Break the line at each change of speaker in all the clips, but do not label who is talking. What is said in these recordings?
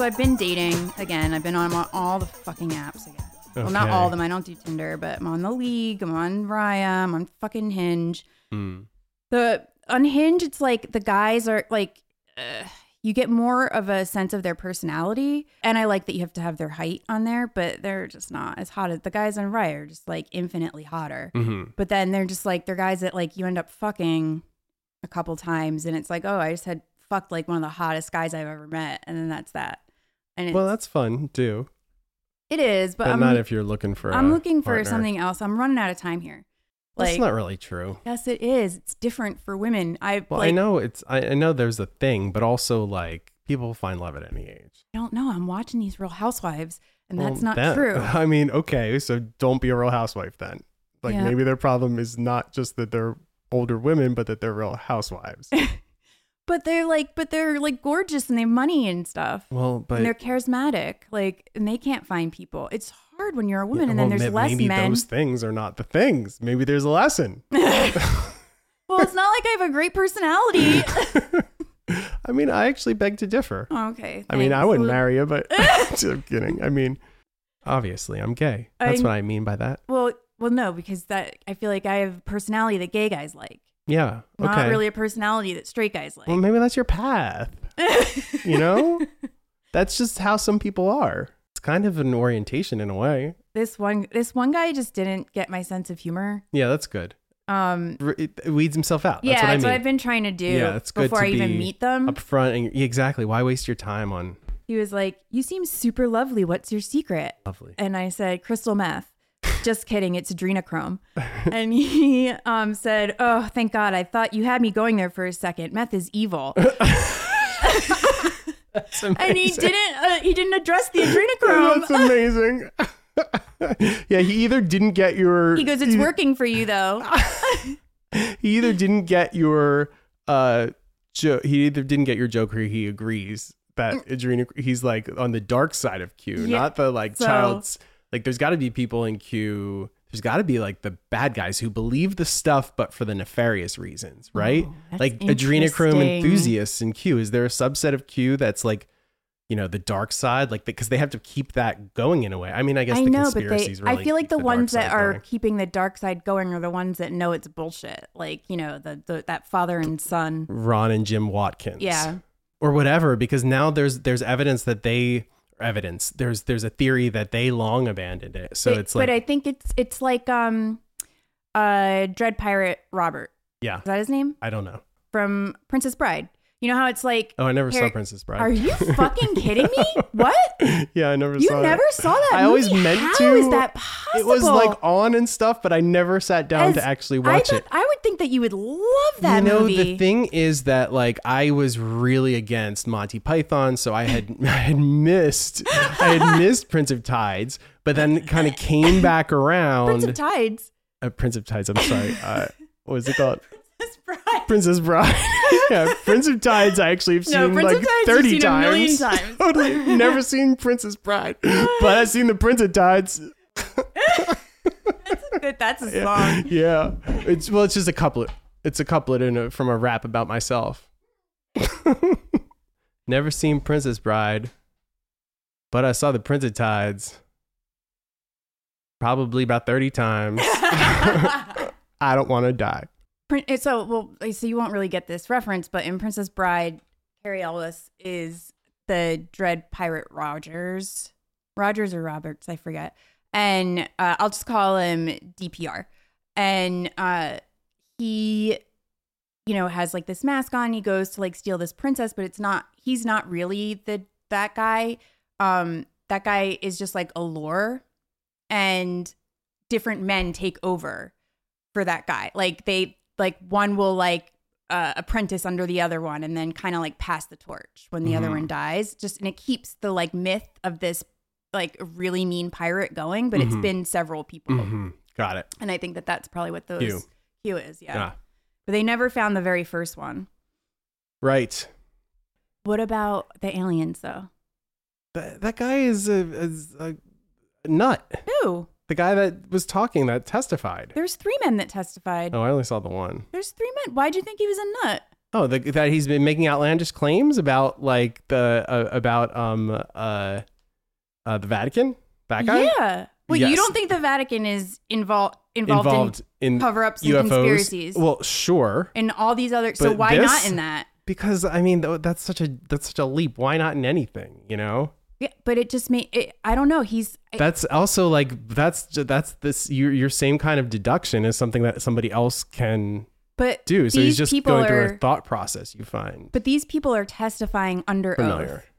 I've been dating again. I've been on all the fucking apps again. Well, not
Okay.
all of them. I don't do Tinder, but I'm on the League. I'm on Raya. I'm on fucking Hinge.
Mm.
The on Hinge, it's like the guys are like, uh, you get more of a sense of their personality, and I like that you have to have their height on there, but they're just not as hot as the guys on Raya are just like infinitely hotter.
hmm
But then they're just like they're guys that like you end up fucking a couple times, and it's like, oh, I just had fucked like one of the hottest guys I've ever met, and then that's that. And it's,
Well, that's fun too,
it is, but,
but
I'm
not if you're looking for.
I'm
a
looking for
partner.
something else. I'm running out of time here.
That's
Like,
not really true.
yes, it is. It's different for women. I
Well,
like,
I know it's. I, I know there's a thing, but also like people find love at any age.
I don't know. I'm watching these Real Housewives, and
Well,
that's not
that-
true.
I mean, okay, so don't be a real housewife then. Like
Yeah.
maybe their problem is not just that they're older women, but that they're real housewives.
But they're like, but they're like gorgeous, and they have money and stuff,
well, but
and they're charismatic. Like, and they can't find people. It's hard when you're a woman,
Yeah,
and then
well,
there's
may-
less
maybe
men.
those things are not the things. Maybe there's a lesson.
well, it's not like I have a great personality.
I mean, I actually beg to differ.
Oh, okay.
I mean, I
thanks.
wouldn't marry you, but I'm kidding. I mean, obviously, I'm gay. That's
I-
what I mean by that.
Well, well, no, because that I feel like I have a personality that gay guys like,
Yeah. Okay. Mm,
not really a personality that straight guys like.
Well, maybe that's your path. you know, that's just how some people are. It's kind of an orientation in a way.
this one this one guy just didn't get my sense of humor.
Yeah, that's good.
Um
R- It, it weeds himself out.
yeah,
that's what I
that's
mean.
what I've been trying to do
yeah, it's good
before
to
I even
be
meet them.
up front. And yeah, exactly, why waste your time on
He was like, "You seem super lovely. What's your secret?"
lovely?
And I said, "Crystal meth." just kidding, it's adrenochrome. and he um said, "Oh, thank God. I thought you had me going there for a second. Meth is evil."
That's amazing.
and he didn't uh, he didn't address the adrenochrome.
That's amazing. yeah, he either didn't get your
He goes, "It's working for you though."
he either didn't get your uh joke he either didn't get your joke or he agrees that adrena he's like on the dark side of q
Mm. Yeah,
not the like
so-
child's like there's got to be people in q there's got to be like the bad guys who believe the stuff but for the nefarious reasons right
Oh, that's
like adrenochrome
interesting.
enthusiasts in q is there a subset of q that's like you know the dark side like because they have to keep that going in a way i mean i guess
I
the
know, but they,
conspiracies really
I feel like
keep
the,
dark
ones that
side
are
going.
keeping the dark side going are the ones that know it's bullshit. Like, you know, the, the that father and son.
Ron and Jim Watkins.
Yeah.
Or whatever, because now there's there's evidence that they evidence. There's there's a theory that they long abandoned it. So
but,
it's like
but I think it's it's like um uh Dread Pirate Robert.
Yeah.
Is that his name?
I don't know.
From Princess Bride. You know how it's like
Oh, I never saw
Harry-
Princess Bride.
Are you fucking kidding me? What?
yeah, I never
You
saw
never
it.
saw that?
I always
movie?
meant
How
to.
is that possible?
It was like on and stuff, but I never sat down
As-
to actually
I
watch
thought,
it.
I would think that you would love that
you know
movie.
the thing is that like i was really against monty python so i had i had missed i had missed prince of tides but then kind of came back around
Prince of Tides.
uh, Prince of Tides. I'm sorry. Uh, what was it called?
Princess Bride.
Princess Bride. yeah, Prince of Tides. I actually have seen
No, Prince
like
of Tides, you've
30
seen a
times.
million times.
totally. Never seen Princess Bride, but I've seen the Prince of Tides.
That- That's a song.
Yeah. It's well, it's just a couplet. It's a couplet in a, from a rap about myself. Never seen Princess Bride, but I saw the Prince of Tides probably about 30 times. I don't want to die.
Prin- uh, So, well, uh, so you won't really get this reference, but in Princess Bride, Carrie Ellis is the dread pirate Rogers, Rogers or Roberts, I forget, and uh, I'll just call him DPR, and uh, he, you know, has like this mask on. He goes to like steal this princess, but it's not. He's not really the that guy. Um, that guy is just like a lure, and different men take over for that guy. Like they like one will like uh, apprentice under the other one and then kind of like pass the torch when the other
Mhm.
one dies. Just and it keeps the like myth of this like really mean pirate going, but
Mhm.
it's been several people.
Mhm. Got it.
And I think that that's probably what those
Hugh.
Hugh, is, yeah.
Yeah.
But they never found the very first one.
Right.
What about the aliens though?
That, that guy is a, is a nut.
Ooh,
The guy that was talking that testified.
there's three men that testified.
Oh, I only saw the one.
There's three men. Why'd you think he was a nut?
Oh, the, that he's been making outlandish claims about like the uh, about um uh, uh the Vatican. That guy
Yeah. Well, you
Yes.
don't think the Vatican is invol- involved
involved in
in cover ups and
UFOs.
conspiracies
Well, sure,
and all these other. So
but
why not
this-
in that?
because I mean tho- that's such a that's such a leap. Why not in anything? You know.
Yeah, but it just made it. I don't know. He's I-
That's also like that's ju- that's this your your same kind of deduction is something that somebody else can
but
do. So
these
he's just
people
going
are,
through a thought process. You find
But these people are testifying under
familiar.
oath,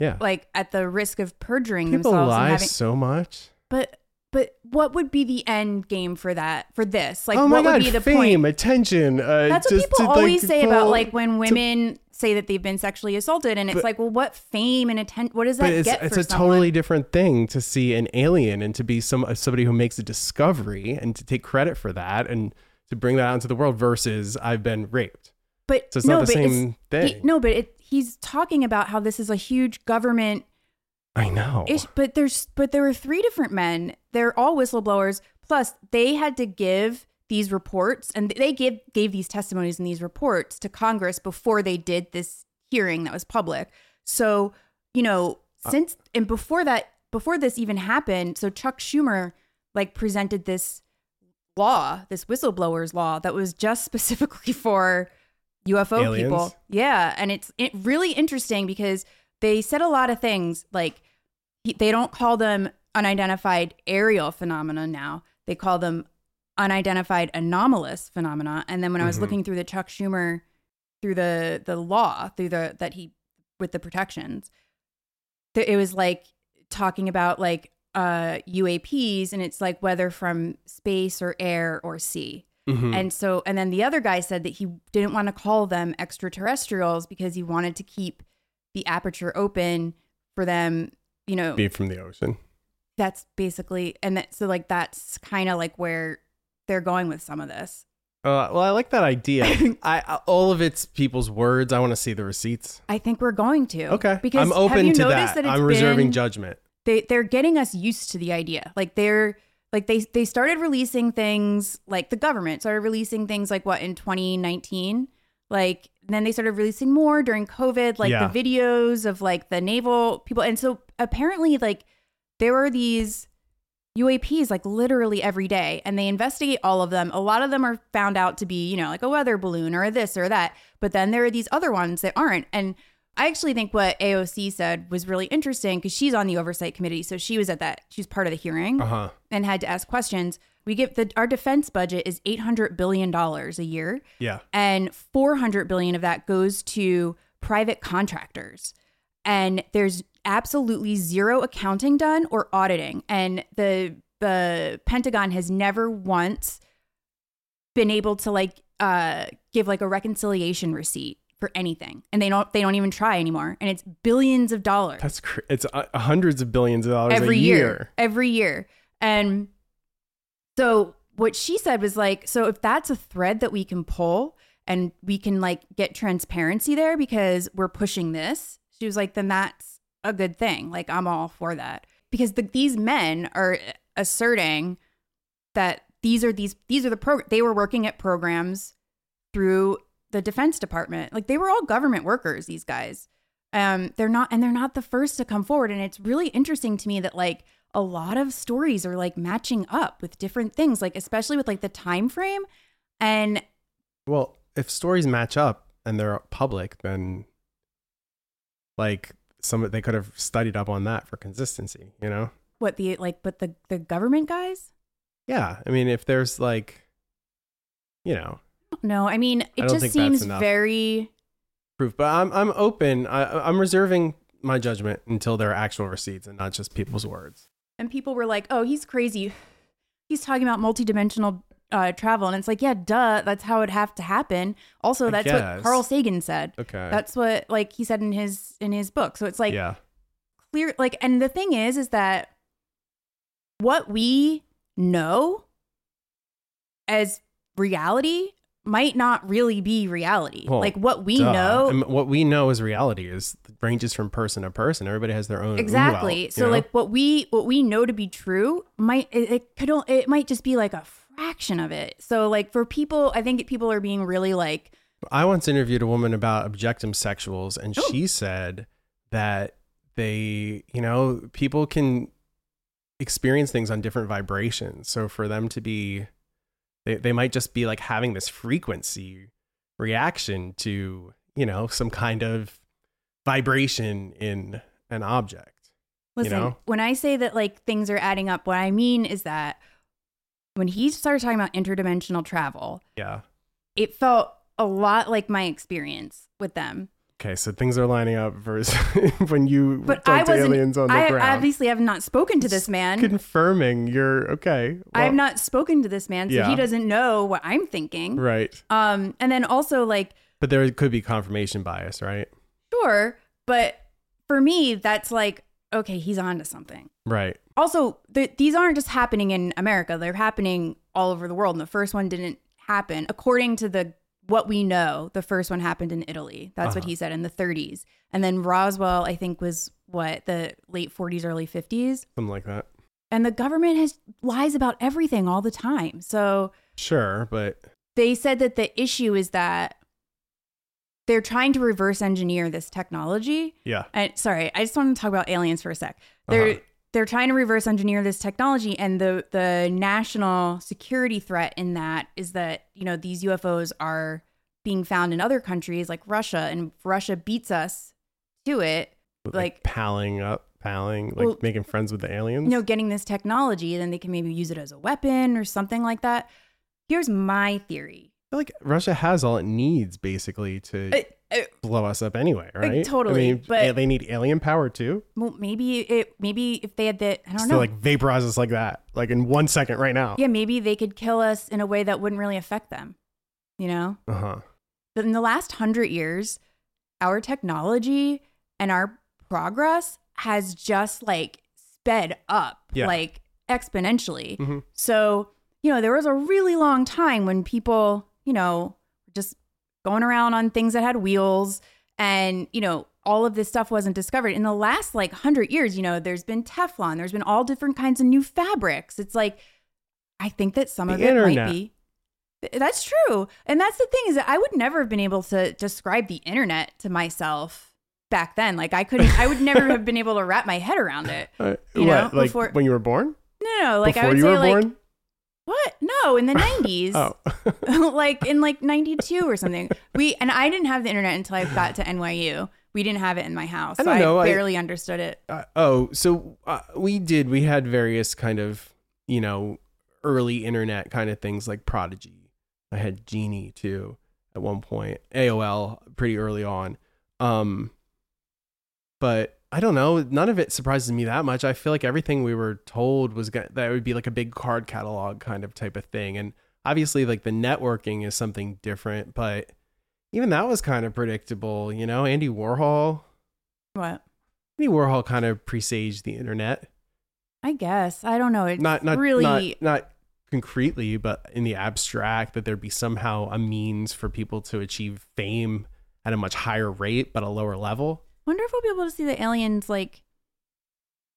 Yeah,
like at the risk of perjuring
people
themselves.
lie
and having,
so much.
but but what would be the end game for that? For this, like
oh my
what
god,
would be the
fame,
point?
attention. Uh,
That's what
just
people
to, like,
always say about
pull-
like when women say that they've been sexually assaulted, and it's
But-
like, well, what fame and attention? What does that
But it's,
get?
it's
for
a
someone?
totally different thing to see an alien and to be some uh, somebody who makes a discovery and to take credit for that and to bring that out into the world versus I've been raped.
But
So it's
no,
not the
but
same
it's- he-
thing.
no, but it, he's talking about how this is a huge government
I know.
ish. But there's but there were three different men. They're all whistleblowers. Plus, they had to give these reports, and they give gave these testimonies and these reports to Congress before they did this hearing that was public. So you know, since and before that, before this even happened, so Chuck Schumer like presented this law, this whistleblowers law that was just specifically for UFO
Aliens?
people. Yeah, and it's it really interesting because they said a lot of things like he- they don't call them unidentified aerial phenomena now. They call them unidentified anomalous phenomena. And then when I was
Mhm.
looking through the Chuck Schumer through the the law through the that he with the protections, th- it was like talking about like uh UAPs and it's like whether from space or air or sea.
Mhm.
And so, and then the other guy said that he didn't want to call them extraterrestrials because he wanted to keep the aperture open for them. You know,
be from the ocean.
that's basically, and that, so like that's kind of like where they're going with some of this.
Uh, well, I like that idea. I, I all of it's people's words. I want to see the receipts.
I think we're going to.
Okay,
Because
I'm open
have you
to
noticed
that.
that, it's
I'm reserving
been-
judgment.
they they're getting us used to the idea. Like they're like they they started releasing things like the government started releasing things like what in 2019. Like then they started releasing more during COVID, like
Yeah.
the videos of like the naval people. And so apparently like there were these UAPs like literally every day and they investigate all of them. A lot of them are found out to be, you know, like a weather balloon or this or that. But then there are these other ones that aren't. And I actually think what AOC said was really interesting because she's on the oversight committee. So she was at that, she's part of the hearing
Uh huh.
and had to ask questions. We get the, our defense budget is $800 billion a year
Yeah.
and 400 billion of that goes to private contractors and there's absolutely zero accounting done or auditing and the the pentagon has never once been able to like uh give like a reconciliation receipt for anything and they don't they don't even try anymore and it's billions of dollars
That's cr- it's uh, hundreds of billions of dollars
every
a
year. every year and so what she said was like so if that's a thread that we can pull and we can like get transparency there because we're pushing this she was like then that's a good thing like i'm all for that because the, these men are asserting that these are these these are the pro they were working at programs through the defense department like they were all government workers these guys um they're not and they're not the first to come forward and it's really interesting to me that like a lot of stories are like matching up with different things like especially with like the time frame and
Well, if stories match up and they're public, then like some they could have studied up on that for consistency, you know?
what the like but the the government guys
Yeah. I mean, if there's like you know,
no i mean it
don't
just
think that's
seems
enough.
very
proof, but I'm I'm open. I I'm reserving my judgment until there are actual receipts and not just people's words.
and people were like oh he's crazy he's talking about multidimensional uh, travel and it's like yeah duh that's how it have to happen also
I
that's
guess.
what carl sagan said
Okay.
that's what like he said in his in his book so it's like
yeah.
clear like and the thing is is that what we know as reality might not really be reality
Well,
like what we
Duh.
know
And what we know is reality is ranges from person to person. Everybody has their own ooh out,
exactly
you
so
know?
like what we what we know to be true might it, it could o- it might just be like a fraction of it so like for people i think people are being really like
I once interviewed a woman about objectum sexuals, and
Ooh.
she said that they, you know, people can experience things on different vibrations. So for them to be, they, they might just be like having this frequency reaction to, you know, some kind of vibration in an object. you
Listen,
know?
when I say that like things are adding up, what I mean is that when he started talking about interdimensional travel,
Yeah.
it felt a lot like my experience with them.
Okay. So things are lining up versus when you
But I
talk to
wasn't.
aliens on the
I
ground.
obviously have not spoken to this man.
confirming you're okay.
I've
Well,
not spoken to this man, so
Yeah.
he doesn't know what I'm thinking.
right.
Um, and then also like,
But there could be confirmation bias, right?
sure, but for me, that's like, okay, he's on to something.
Right.
Also, th- these aren't just happening in America; they're happening all over the world. And the first one didn't happen, according to the what we know. The first one happened in Italy. That's what
Uh-huh.
he said in the 30s, and then Roswell, I think, was what the late 40s, early 50s.
Something like that.
And the government has lies about everything all the time. So
Sure, but
they said that the issue is that they're trying to reverse engineer this technology.
yeah.
And sorry, I just want to talk about aliens for a sec. They're
Uh-huh.
they're trying to reverse engineer this technology, and the the national security threat in that is that you know these UFOs are being found in other countries like Russia, and if Russia beats us to it. Like-
palling up, palling, like
Well-
making friends with the aliens.
You know, getting this technology, then they can maybe use it as a weapon or something like that. Here's my theory. Uh,
I feel like Russia has all it needs basically to
It- it-
blow us up anyway, right?
totally,
I mean,
but-
a- they need alien power too.
well, maybe it. Maybe if they had the, I don't
Just
know.
to like vaporize us like that, like in one second right now.
yeah, maybe they could kill us in a way that wouldn't really affect them. You know,
Uh huh.
but in the last hundred years, our technology and our progress has just like sped up,
Yeah.
like exponentially.
Mhm.
So you know, there was a really long time when people, you know, just going around on things that had wheels and you know all of this stuff wasn't discovered in the last like 100 years you know there's been teflon there's been all different kinds of new fabrics it's like i think that some
The
of it
internet.
might be Th- that's true and that's the thing is that i would never have been able to describe the internet to myself back then like i couldn't i would never have been able to wrap my head around it
Uh,
You
what?
know,
like
before-
when you were born?
no no, no like i
before
would
you
say
were
like
born?
what no in the 90s
Oh,
like in like 92 or something. We and I didn't have the internet until I got to NYU. We didn't have it in my house.
I
So
don't know, I-
I barely understood it.
uh, oh, so uh, we did. We had various kind of you know early internet kind of things like Prodigy. I had Genie too at one point. AOL pretty early on. Um, but I don't know. None of it surprises me that much. I feel like everything we were told was go- that it would be like a big card catalog kind of type of thing, and obviously like the networking is something different, but. Even that was kind of predictable, you know. Andy Warhol,
What?
Andy Warhol kind of presaged the internet.
I guess. I don't know. It's
Not not
really
not, not concretely, but in the abstract, that there'd be somehow a means for people to achieve fame at a much higher rate but a lower level.
wonder if we'll be able to see the aliens like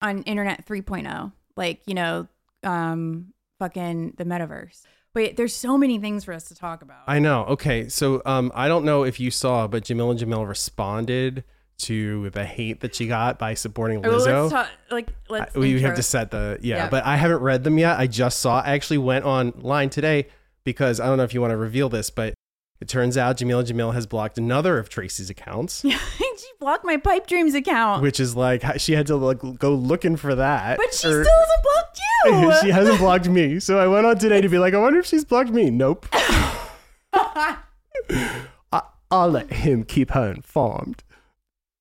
on internet 3.0. Like, you know, um fucking the metaverse. Wait, there's so many things for us to talk about.
I know. Okay, so um, I don't know if you saw, but Jamil and Jamil responded to the hate that she got by supporting
Well,
Lizzo.
Oh, let's talk like let's
we
intro.
have to set the yeah,
Yeah.
but I haven't read them yet. I just saw. I actually went online today because I don't know if you want to reveal this, but it turns out Jamil Jamil has blocked another of Tracy's accounts,
she blocked my pipe dreams account.
which is like how- she had to like go looking for that.
but she
or-
still hasn't blocked you.
she hasn't blocked me, so I went on today to be like, I wonder if she's blocked me. Nope. I, I'll let him keep her informed.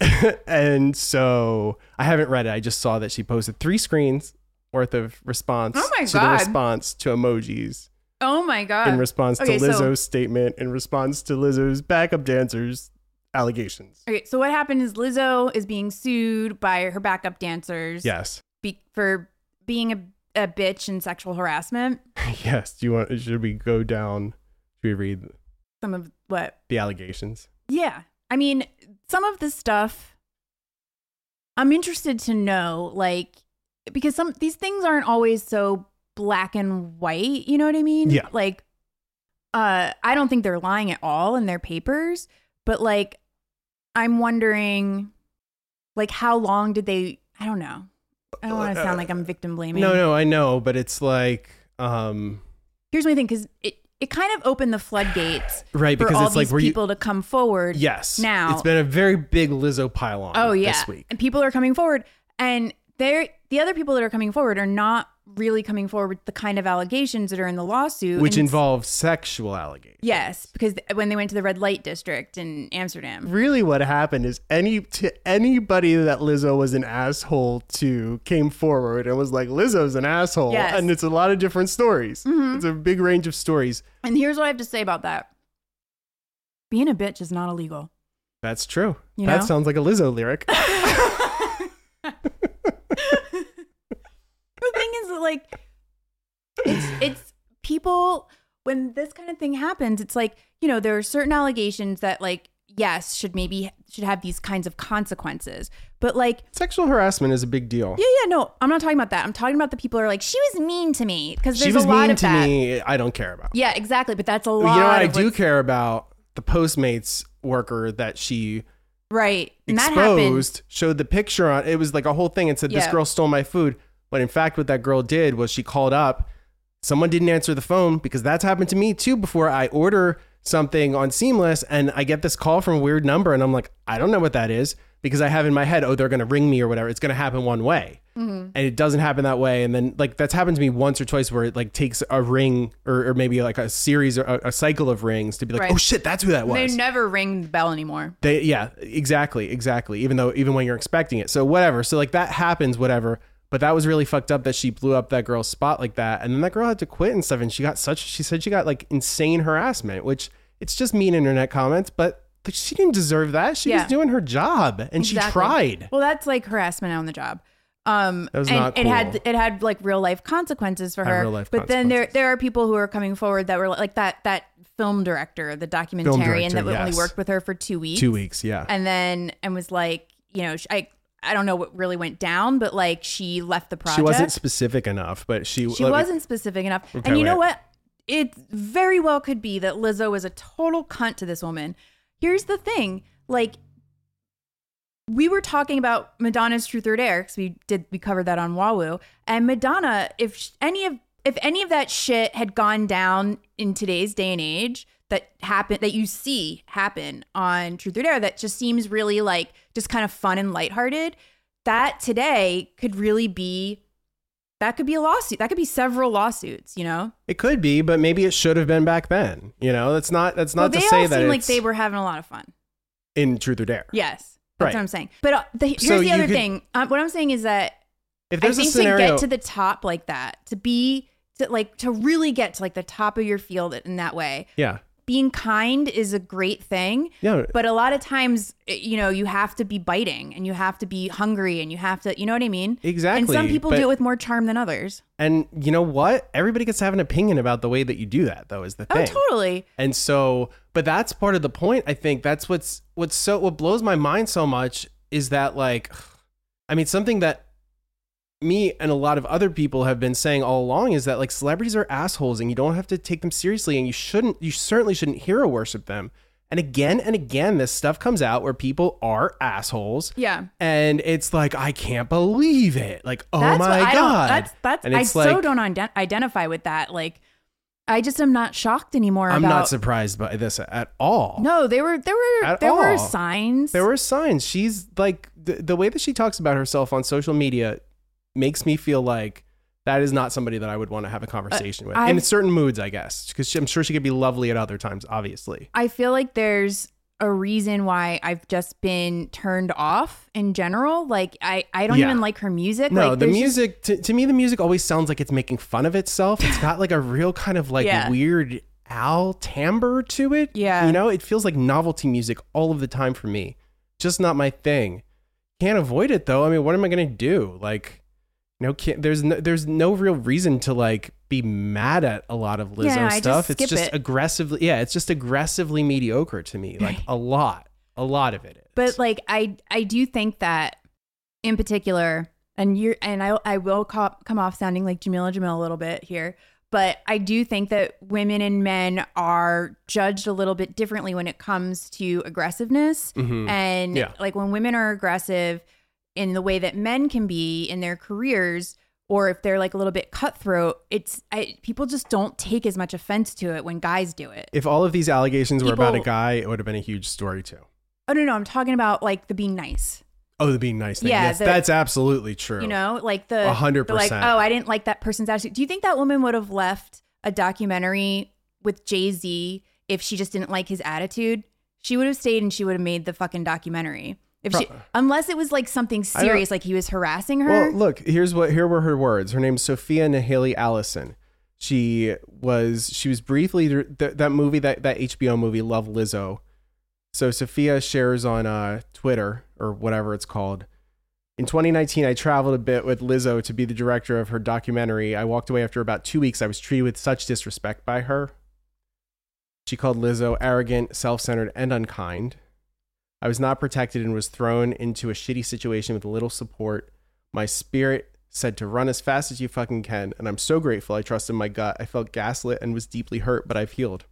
and so I haven't read it. I just saw that she posted three screens worth of response
Oh my
to the
God.
response to emojis
oh my god.
in response
okay,
to
so-
Lizzo's statement in response to Lizzo's backup dancers allegations.
Okay, so what happened is Lizzo is being sued by her backup dancers
Yes.
be- for being a, a bitch and sexual harassment.
Yes. Do you want should we go down should we read
Some of what?
the allegations?
Yeah. I mean, some of this stuff I'm interested to know like because some these things aren't always so black and white, you know what I mean?
Yeah.
Like uh, I don't think they're lying at all in their papers, but like, I'm wondering, like, how long did they? I don't know. I don't want to sound like I'm victim blaming.
no, no, I know, but it's like, um,
Here's my thing, because it it kind of opened the floodgates
right
for
because
all
it's like
these
were you
people to come forward.
yes
now.
it's been a very big Lizzo pylon.
Oh yeah.
this week.
And people are coming forward and they're the other people that are coming forward are not really coming forward with the kind of allegations that are in the lawsuit.
which
and-
involves sexual allegations.
Yes, because th- when they went to the red light district in Amsterdam.
really what happened is any to anybody that Lizzo was an asshole to came forward and was like Lizzo's an asshole
Yes. Mm-hmm.
and it's a lot of different stories. It's a big range of stories.
And here's what I have to say about that. Being a bitch is not illegal.
That's true.
You
that
know?
sounds like a Lizzo lyric.
the thing is that, like it's it's people when this kind of thing happens it's like you know there are certain allegations that like yes should maybe should have these kinds of consequences but like
Sexual harassment is a big deal.
yeah yeah no i'm not talking about that i'm talking about the people who are like she was mean to me because
she
there's
was
a lot
mean
of
to
that
me. I don't care about.
yeah exactly but that's a
You
lot
know what I
of
do
what's-
care about? The Postmates worker that she
right and that happened
exposed showed the picture on. It was like a whole thing and said, This
Yeah.
girl stole my food. But in fact, what that girl did was she called up. Someone didn't answer the phone because that's happened to me too before I order something on Seamless and I get this call from a weird number and I'm like, I don't know what that is because I have in my head, oh, they're going to ring me or whatever. It's going to happen one way.
Mm-hmm.
and it doesn't happen that way. And then like that's happened to me once or twice where it like takes a ring or, or maybe like a series or a, a cycle of rings to be like,
Right.
oh shit, that's who that was.
they never ring the bell anymore
They yeah, exactly, exactly. Even though even when you're expecting it. So whatever. So like that happens, whatever. But that was really fucked up that she blew up that girl's spot like that. And then that girl had to quit and stuff. And she got such she said she got like insane harassment, which it's just mean internet comments, but like, she didn't deserve that. She
Yeah.
was doing her job and she
Exactly.
tried.
Well, that's like harassment on the job. Um,
That was
and
not
it had
cool.
it had like real life consequences for
Had
her.
real-life
but then there
consequences.
there are people who are coming forward that were like that that film director, the documentarian
director,
that only
yes.
worked with her for two weeks,
Two weeks, yeah.
and then and was like, you know, sh I I don't know what really went down, but like she left the project.
She wasn't specific enough, but she
She
let me-
wasn't specific enough.
Okay,
and you know
wait.
what? It very well could be that Lizzo was a total cunt to this woman. Here's the thing like, we were talking about Madonna's Truth or Dare because we did, we covered that on Wawu. And Madonna, if sh- any of, if any of that shit had gone down in today's day and age that happened, that you see happen on Truth or Dare, that just seems really like just kind of fun and lighthearted, that today could really be that could be a lawsuit. That could be several lawsuits, you know?
It could be, but maybe it should have been back then. You know, that's not that's not
well,
to
they
say
all
that
seem like
it's
they were having a lot of fun.
in Truth or Dare.
Yes. That's
Right.
what I'm saying. But uh, the, here's
So
the
you
other
could-
thing. Um, what I'm saying is that
If
I
there's a
think
scenario,
to get to the top like that, to be, to like, to really get to like the top of your field in that way,
yeah,
being kind is a great thing.
yeah,
But a lot of times, i- you know, you have to be biting and you have to be hungry and you have to, you know what I mean?
exactly.
And some people
but,
do it with more charm than others.
and you know what? Everybody gets to have an opinion about the way that you do that, though. Is the thing.
Oh, totally.
And so, but that's part of the point. I think that's what's what's so what blows my mind so much is that like, I mean, something that me and a lot of other people have been saying all along is that like celebrities are assholes and you don't have to take them seriously and you shouldn't you certainly shouldn't hero worship them. And again and again, this stuff comes out where people are assholes.
Yeah.
And it's like I can't believe it. Like, oh
that's
my
what I don't,
god!
that's that's
And
I
it's
so
like-
don't ident- identify with that. Like, I just am not shocked anymore.
I'm
about,
not surprised by this at all.
No, there were there were
At
there were
all.
signs.
There were signs. She's like the, the way that she talks about herself on social media makes me feel like that is not somebody that I would want to have a conversation with in
Uh, I've-
certain moods, I guess, because I'm sure she could be lovely at other times, obviously.
I feel like there's a reason why I've just been turned off in general. Like I I don't
Yeah.
even like her music.
No,
like,
the
there's just-
music to, to me, the music always sounds like it's making fun of itself. It's got like a real kind of like
Yeah.
weird owl timbre to it.
Yeah.
you know, it feels like novelty music all of the time for me. Just not my thing. Can't avoid it though. I mean, what am I gonna do? Like, no, can't, there's no, there's no real reason to like be mad at a lot of Lizzo
Yeah, I just
stuff.
skip
it's just
it.
aggressively, yeah, it's just aggressively mediocre to me. Like a lot, a lot of it. Is.
But like I I do think that in particular, and you're and I I will call, come off sounding like Jamila Jamil a little bit here, But I do think that women and men are judged a little bit differently when it comes to aggressiveness.
Mhm.
And
Yeah.
like when women are aggressive in the way that men can be in their careers, or if they're like a little bit cutthroat, it's I, people just don't take as much offense to it when guys do it.
if all of these allegations were about a
People-
guy, it would have been a huge story too.
Oh no, no, I'm talking about like the being nice.
Oh, the being nice thing.
Yeah,
yes,
the-
that's absolutely true.
You know, like the
A hundred
the, like,
percent.
oh, I didn't like that person's attitude. Do you think that woman would have left a documentary with Jay Z if she just didn't like his attitude? She would have stayed and she would have made the fucking documentary. If she, unless it was like something
I don't-
serious, like he was harassing her.
Well, look, here's what here were her words. Her name's Sophia Nahaley Allison. She was she was briefly th- that movie that that HBO movie Love Lizzo. So Sophia shares on uh, Twitter or whatever it's called. In 2019, I traveled a bit with Lizzo to be the director of her documentary. I walked away after about two weeks. I was treated with such disrespect by her. She called Lizzo arrogant, self centered, and unkind. I was not protected and was thrown into a shitty situation with little support. My spirit said to run as fast as you fucking can, and I'm so grateful I trusted my gut. I felt gaslit and was deeply hurt, but I've healed.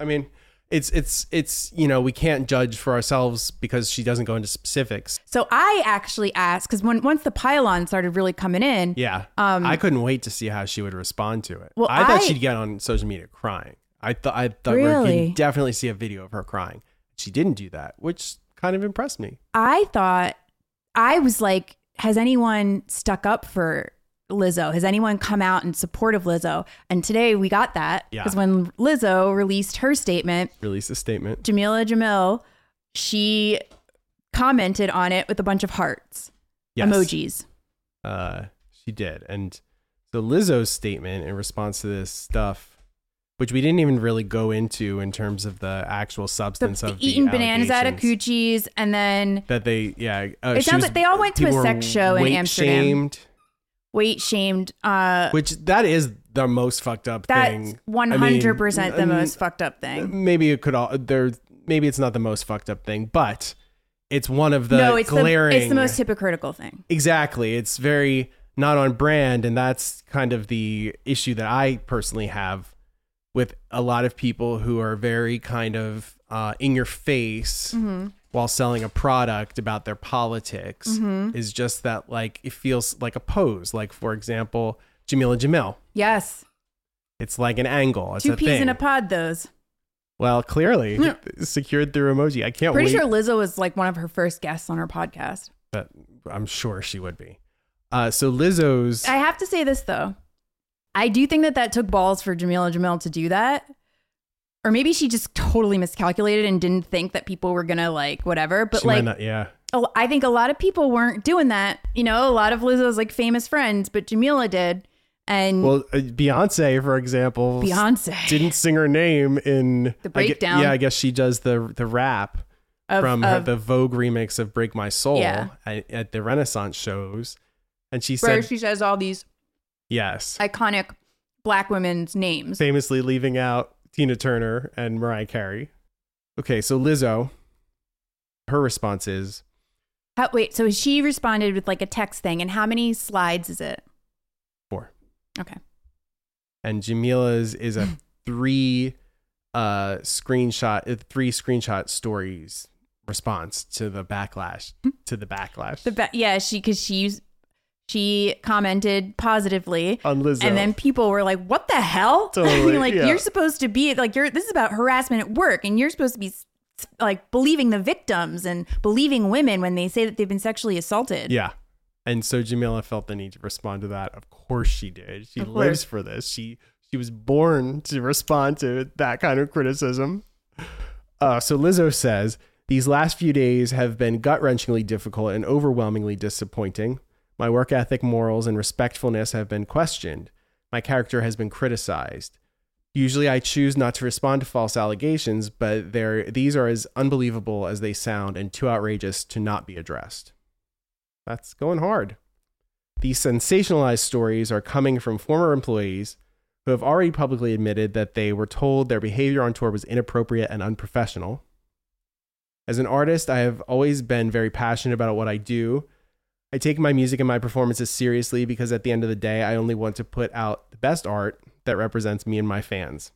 I mean, it's it's it's you know, we can't judge for ourselves because she doesn't go into specifics.
So I actually asked because when once the pylon started really coming in,
Yeah.
Um,
I couldn't wait to see how she would respond to it.
Well,
I thought
I-
she'd get on social media crying. I thought I thought we were
Really?
going definitely see a video of her crying. She didn't do that, which kind of impressed me.
I thought I was like, has anyone stuck up for Lizzo? Has anyone come out in support of Lizzo? And today we got that
Yeah.
because when Lizzo released her statement,
Release a statement.
Jamila Jamil, she commented on it with a bunch of hearts
Yes.
emojis.
uh, she did. And so Lizzo's statement in response to this stuff, which we didn't even really go into in terms of the actual
The,
substance
the
of the
eating bananas out of
allegations
coochies, and then
That they, yeah, uh,
It
she
sounds
was-
like they all went to a
people were
sex show in
weight
Amsterdam.
shamed,
weight shamed. Uh,
which that is the most fucked up
that's
thing. I
one
mean,
hundred percent the
um,
most fucked up thing.
Maybe it could all there. Maybe it's not the most fucked up thing, but it's one of the
no, it's
glaring.
the it's the most hypocritical thing.
Exactly. It's very not on brand. And that's kind of the issue that I personally have with a lot of people who are very kind of uh, in your face
Mm-hmm.
while selling a product about their politics
Mm-hmm.
is just that, like, it feels like a pose. Like, for example, Jamila Jamil.
Yes,
It's like an angle. It's
two
a
peas
thing.
in a pod. Those.
well, clearly
Yeah.
secured through emoji. I can't
Pretty
wait.
sure Lizzo was like one of her first guests on her podcast.
but I'm sure she would be. Uh, so Lizzo's.
I have to say this though. I do think that that took balls for Jamila Jamil to do that. Or maybe she just totally miscalculated and didn't think that people were going to like whatever, but
she might
like
not- yeah.
oh, I think a lot of people weren't doing that. You know, a lot of Lizzo's like famous friends, but Jamila did. And
Well, uh, Beyonce, for example, s-
Mm. Beyonce
didn't sing her name in
the
I ge-
breakdown
yeah, I guess she does the the rap
of,
from her,
of-
the Vogue remix of "Break My Soul"
Yeah.
at, at the Renaissance shows, and she
where
said
she says all these
yes,
iconic black women's names.
famously leaving out Tina Turner and Mariah Carey. Okay, so Lizzo, her response is
How, wait, so she responded with like a text thing, and how many slides is it?
four,
Okay.
and Jamila's is a three uh screenshot uh, three screenshot stories response to the backlash to the backlash
Hmm. The ba- yeah, she because she used, she commented positively,
on Lizzo.
and then people were like, "What the hell?"
Totally,
like
yeah.
you're supposed to be like you're this is about harassment at work, and you're supposed to be s- like believing the victims and believing women when they say that they've been sexually assaulted.
Yeah. And so Jamila felt the need to respond to that. Of course she did. She
Of course.
lives for this. She
she was born to respond to that kind of criticism.
uh, so Lizzo says these last few days have been gut-wrenchingly difficult and overwhelmingly disappointing. My work ethic, morals, and respectfulness have been questioned. My character has been criticized. Usually I choose not to respond to false allegations, but they're, these are as unbelievable as they sound and too outrageous to not be addressed. That's going hard. These sensationalized stories are coming from former employees who have already publicly admitted that they were told their behavior on tour was inappropriate and unprofessional. As an artist, I have always been very passionate about what I do. I take my music and my performances seriously because at the end of the day, I only want to put out the best art that represents me and my fans.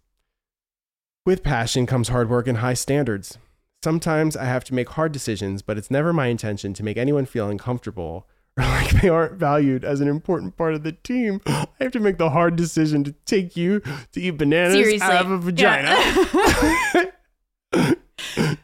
With passion comes hard work and high standards. Sometimes I have to make hard decisions, but it's never my intention to make anyone feel uncomfortable
or like they aren't valued as an important part of the team. I have to make the hard decision to take you to eat bananas
Seriously.
out of a vagina.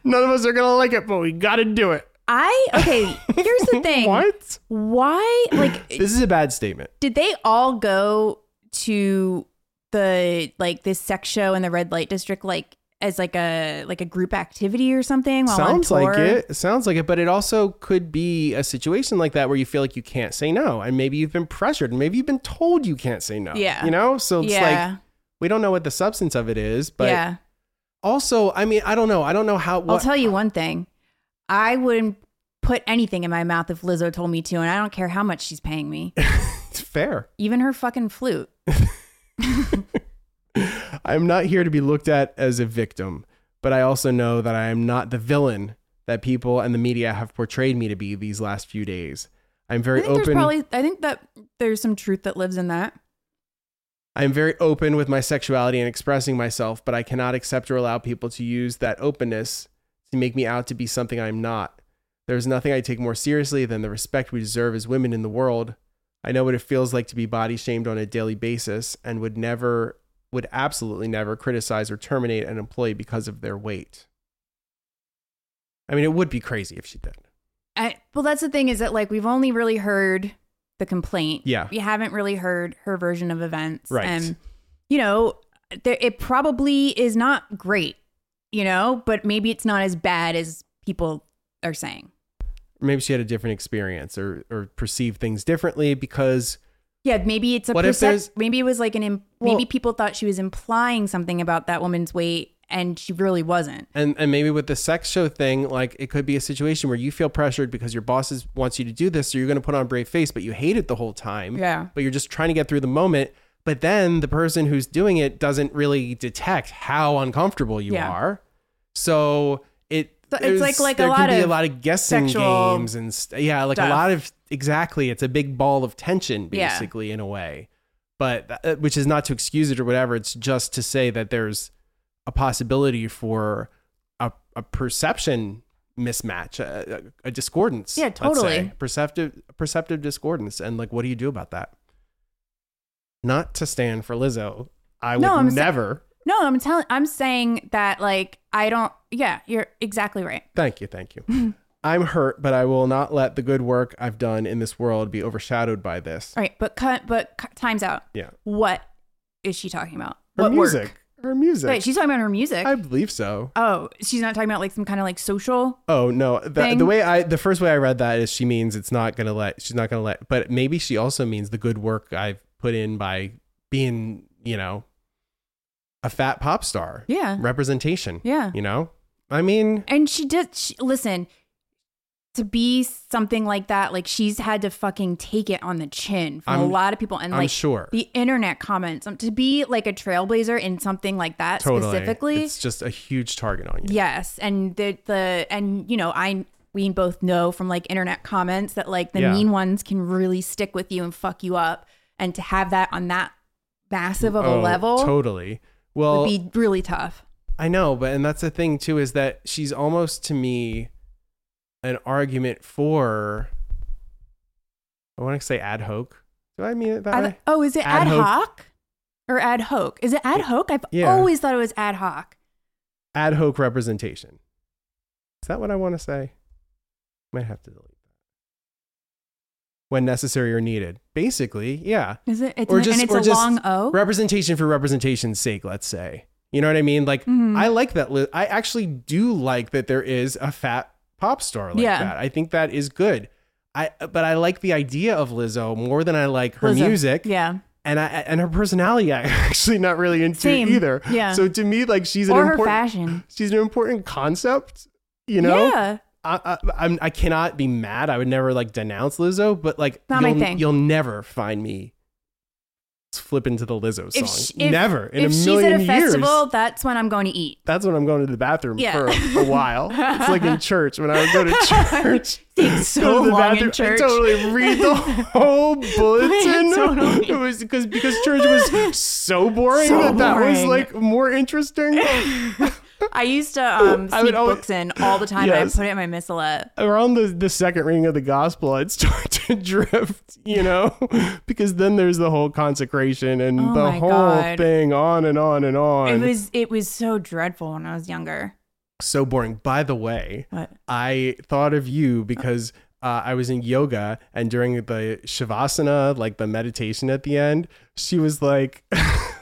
None of us are gonna like it, but we gotta do it.
I okay. Here's the thing.
What?
Why? Like,
This is a bad statement.
did they all go to the like this sex show in the red light district like as like a like a group activity or something? While
Sounds
on tour?
like it. Sounds like it, but it also could be a situation like that where you feel like you can't say no, and maybe you've been pressured, and maybe you've been told you can't say no.
Yeah.
you know. So it's
yeah.
like we don't know what the substance of it is, but
yeah.
also, I mean, I don't know. I don't know how.
I'll
What,
tell you one thing. I wouldn't put anything in my mouth if Lizzo told me to, and I don't care how much she's paying me.
it's fair.
Even her fucking flute.
I'm not here to be looked at as a victim, but I also know that I am not the villain that people and the media have portrayed me to be these last few days. I'm
I
very
think there's
open.
probably I think that there's some truth that lives in that.
I am very open with my sexuality and expressing myself, but I cannot accept or allow people to use that openness to make me out to be something I'm not. There's nothing I take more seriously than the respect we deserve as women in the world. I know what it feels like to be body shamed on a daily basis and would never, would absolutely never criticize or terminate an employee because of their weight. I mean, it would be crazy if she did.
I, well, that's the thing is that like we've only really heard the complaint.
Yeah.
we haven't really heard her version of events.
Right.
and you know, there, it probably is not great. You know, but maybe it's not as bad as people are saying.
Maybe she had a different experience or, or perceived things differently because
Yeah, maybe it's a
What if
percep-
there's-
maybe it was like an im-
Well-
maybe people thought she was implying something about that woman's weight and she really wasn't.
and and maybe with the sex show thing like it could be a situation where you feel pressured because your boss is, wants you to do this so you're going to put on a brave face but you hate it the whole time
Yeah.
but you're just trying to get through the moment but then the person who's doing it doesn't really detect how uncomfortable you
Yeah.
are so it
So it's
there's-
like- like a
there
lot
can be a
of
lot of guessing
sexual
games and st- yeah like
stuff.
a lot of exactly it's a big ball of tension
Yeah.
basically in a way but uh, which is not to excuse it or whatever it's just to say that there's a possibility for a, a perception mismatch, a, a, a discordance.
Yeah,
let's
totally.
say. Perceptive, perceptive discordance, and like, what do you do about that? Not to stand for Lizzo. I would
No, I'm sa-
never.
No, I'm telling I'm saying that like I don't yeah, you're exactly right.
Thank you, thank you. I'm hurt, but I will not let the good work I've done in this world be overshadowed by this.
All right, but cut but cut, time's out.
Yeah,
What is she talking about?
Her
what
music.
Work?
Her music.
Wait, she's talking about her music.
I believe so.
oh, she's not talking about like some kind of like social.
Oh no, the,
Thing.
the way I the first way I read that is she means it's not gonna let she's not gonna let, but maybe she also means the good work I've put in by being you know a fat pop star
Yeah.
representation.
Yeah.
you know, I mean,
And she did. She, listen, to be something like that, like she's had to fucking take it on the chin from a
I'm-
lot of people, and
I'm
like
sure.
the internet comments. Um, to be like a trailblazer in something like that
totally,
specifically,
it's just a huge target on you.
yes. And the the and you know I we both know from like internet comments that like the
Yeah.
mean ones can really stick with you and fuck you up, and to have that on that massive of a
Oh,
level
totally. Well,
would be really tough.
I know, but and that's the thing too is that she's almost to me an argument for. I want to say ad hoc. Do I mean it that
I
way?
th- oh, is it ad,
Ad hoc.
hoc? or ad hoc? Is it ad hoc? I've
Yeah.
always thought it was ad hoc.
ad hoc representation. Is that what I want to say? Might have to delete that. When necessary or needed. Basically, yeah.
Is it? It's
Or
an-
just-
and it's
or
a
just
long O.
Representation for representation's sake, let's say. You know what I mean? Like,
Mhm.
I like that. Li- I actually do like that there is a fat pop star like
Yeah.
that. I think that is good. I, but I like the idea of Lizzo more than I like her
Lizzo.
music
Yeah.
and I and her personality. I
actually not really into
Same.
either.
Yeah.
So to me, like she's an
Or her
important.
fashion.
She's an important concept. You know.
Yeah.
I, I, I'm, I cannot be mad. I would never like denounce Lizzo, but like
Not my
you'll,
thing.
you'll never find me flip into the Lizzo song.
If she- if-
Never in
if
a
she's
million
at a
years.
festival, that's when I'm going to eat.
That's when I'm going to the bathroom
Yeah.
for a while. It's like in church when I would go to church.
It's
go
so
to the
long
bathroom,
in church.
I totally read the whole bulletin.
Totally.
It was because because church was so boring
So
that that was
boring.
like more interesting.
I used to um,
I would
sneak
always-
books in all the time.
Yes.
I put it in my missalette.
Around the, the second reading of the gospel, I'd start to drift, you know, because then there's the whole consecration and
Oh
the
my
whole
God.
thing on and on and
It
on.
was it was so dreadful when I was younger.
so boring. By the way,
What?
I thought of you because uh, I was in yoga and during the shavasana, like the meditation at the end, she was like,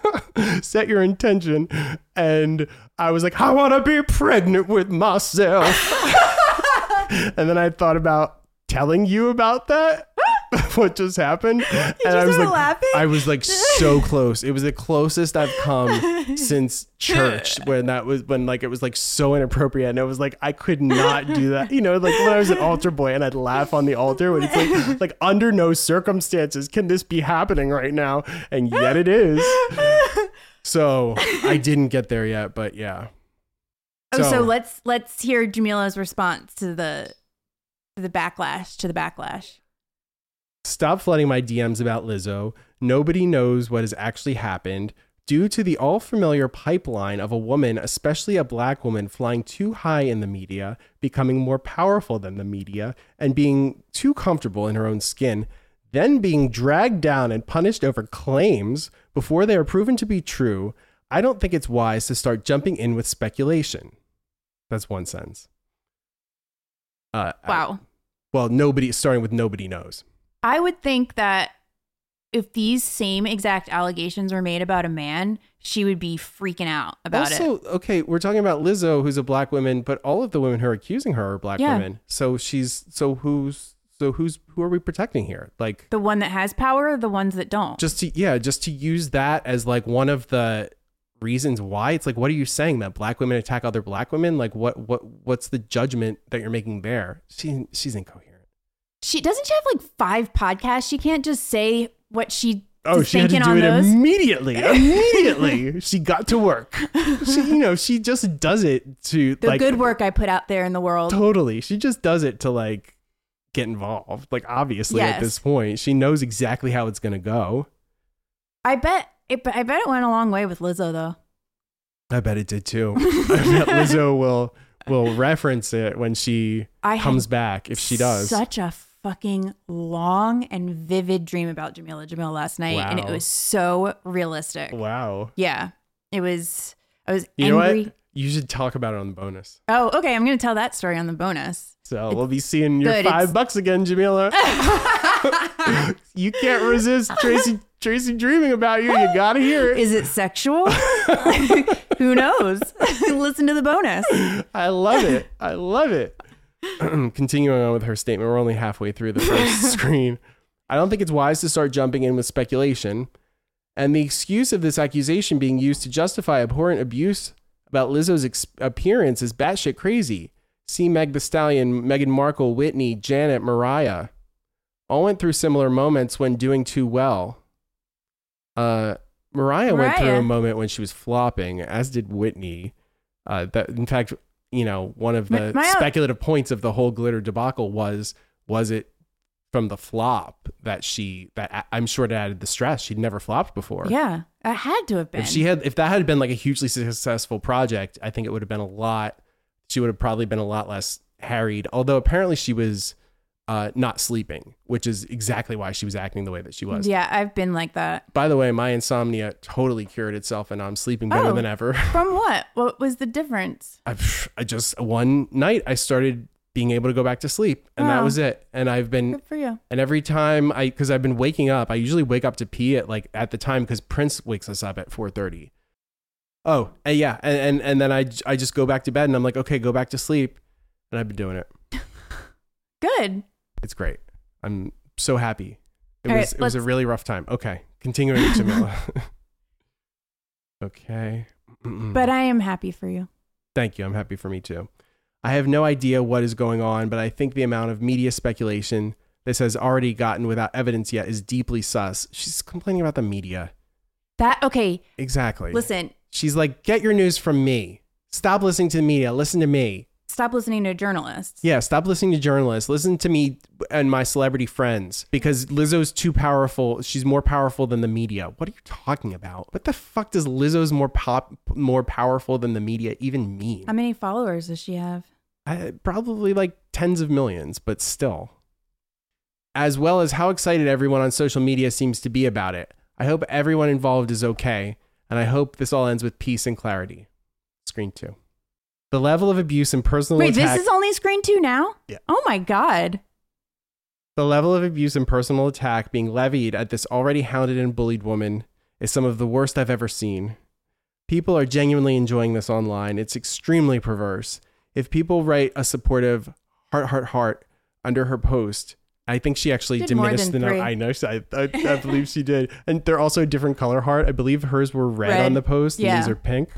"Set your intention," and I was like, "I want to be pregnant with myself." and then I thought about telling you about that. what just happened? and I
just
was like,
started laughing?
I was like so close. It was the closest I've come since church when that was when like it was like so inappropriate and it was like I could not do that. You know, like when I was an altar boy and I'd laugh on the altar when it's like like under no circumstances can this be happening right now and yet it is. So, I didn't get there yet, but yeah.
Oh, so, let's let's hear Jamila's response to the to the backlash to the backlash.
Stop flooding my DMs about Lizzo. Nobody knows what has actually happened. Due to the all familiar pipeline of a woman, especially a black woman, flying too high in the media, becoming more powerful than the media, and being too comfortable in her own skin, then being dragged down and punished over claims before they are proven to be true, I don't think it's wise to start jumping in with speculation. That's one sentence. Uh, I-
Wow.
well, nobody, starting with nobody knows.
I would think that if these same exact allegations were made about a man, she would be freaking out about it.
also, okay, we're talking about Lizzo, who's a black woman, but all of the women who are accusing her are black
Yeah.
women. So she's so who's so who's who are we protecting here? Like
The one that has power or the ones that don't?
just to yeah, just to use that as like one of the reasons why it's like what are you saying that black women attack other black women? Like what what what's the judgment that you're making there? She she's incoherent.
she doesn't she have like five podcasts? She can't just say what she
Oh,
is
she had to
thinking
do
on
it
those.
immediately. Immediately, she got to work.
She, you know, she just does it to
the
like
good work I put out there in the world.
Totally. She just does it to like get involved. Like obviously at
Yes.
this point, she knows exactly how it's going to go.
I bet it I bet it went a long way with Lizzo though.
I bet it did too. I bet Lizzo will will reference it when she
I had
comes back if she does.
Such a fucking long and vivid dream about Jamila Jamil last night, and it
Wow.
was so realistic.
wow.
Yeah, it was. I was
You know
angry.
what? You should talk about it on the bonus.
Oh, okay. I'm gonna tell that story on the bonus.
So we'll be seeing your
good.
five
It's-
bucks again, Jamila. you can't resist Tracy Tracy dreaming about you. You gotta hear it.
Is it sexual? Who knows? Listen to the bonus.
I love it. I love it. Continuing on with her statement, we're only halfway through the first screen. I don't think it's wise to start jumping in with speculation. And the excuse of this accusation being used to justify abhorrent abuse about Lizzo's ex- appearance is batshit crazy. See Meg the Stallion, Meghan Markle, Whitney, Janet, Mariah. All went through similar moments when doing too well. Uh, Mariah, went through
Mariah.
a moment when she was flopping, as did Whitney. Uh, that, in fact, you know, one of
Ma-
the
Mariah-
speculative points of the whole glitter debacle was was it from the flop that she that I- I'm sure it added the stress. She'd never flopped before.
Yeah, it had to have been.
If she had, if that had been like a hugely successful project, I think it would have been a lot. She would have probably been a lot less harried. Although apparently she was uh, not sleeping, which is exactly why she was acting the way that she was.
yeah, I've been like that.
By the way, my insomnia totally cured itself, and I'm sleeping better
Oh.
than ever.
From what? What was the difference?
I, I just one night I started being able to go back to sleep, and that
Wow.
was it. And I've been
Good for you.
And every time I, because I've been waking up, I usually wake up to pee at like at the time because Prince wakes us up at four thirty. Oh, and yeah, and, and and then I j- I just go back to bed and I'm like, okay, go back to sleep, and I've been doing it. Mm.
Good.
It's great. I'm so happy. It
All right,
was it was a
let's-
really rough time. Okay, continuing, Jamila. okay,
But I am happy for you.
Thank you. I'm happy for me too. I have no idea what is going on, but I think the amount of media speculation this has already gotten without evidence yet is deeply sus. She's complaining about the media.
That okay.
Exactly.
Listen,
She's like, get your news from me. Stop listening to the media. Listen to me.
stop listening to journalists.
Yeah, stop listening to journalists. Listen to me and my celebrity friends because Lizzo's too powerful. She's more powerful than the media. What are you talking about? What the fuck does Lizzo's more pop, more powerful than the media even mean?
How many followers does she have?
I, probably like tens of millions, but still. As well as how excited everyone on social media seems to be about it. I hope everyone involved is okay, and I hope this all ends with peace and clarity. Screen two. The level of abuse and personal
Wait,
attack.
this is only screen two now?
Yeah.
Oh my god.
The level of abuse and personal attack being levied at this already hounded and bullied woman is some of the worst I've ever seen. People are genuinely enjoying this online. It's extremely perverse. If people write a supportive heart, heart, heart under her post, I think she actually
Did more
diminished the
than
number.
three.
I know. she- I, I, I believe she did. And they're also a different color heart. I believe hers were red,
Red.
on the post. and
Yeah.
These are pink.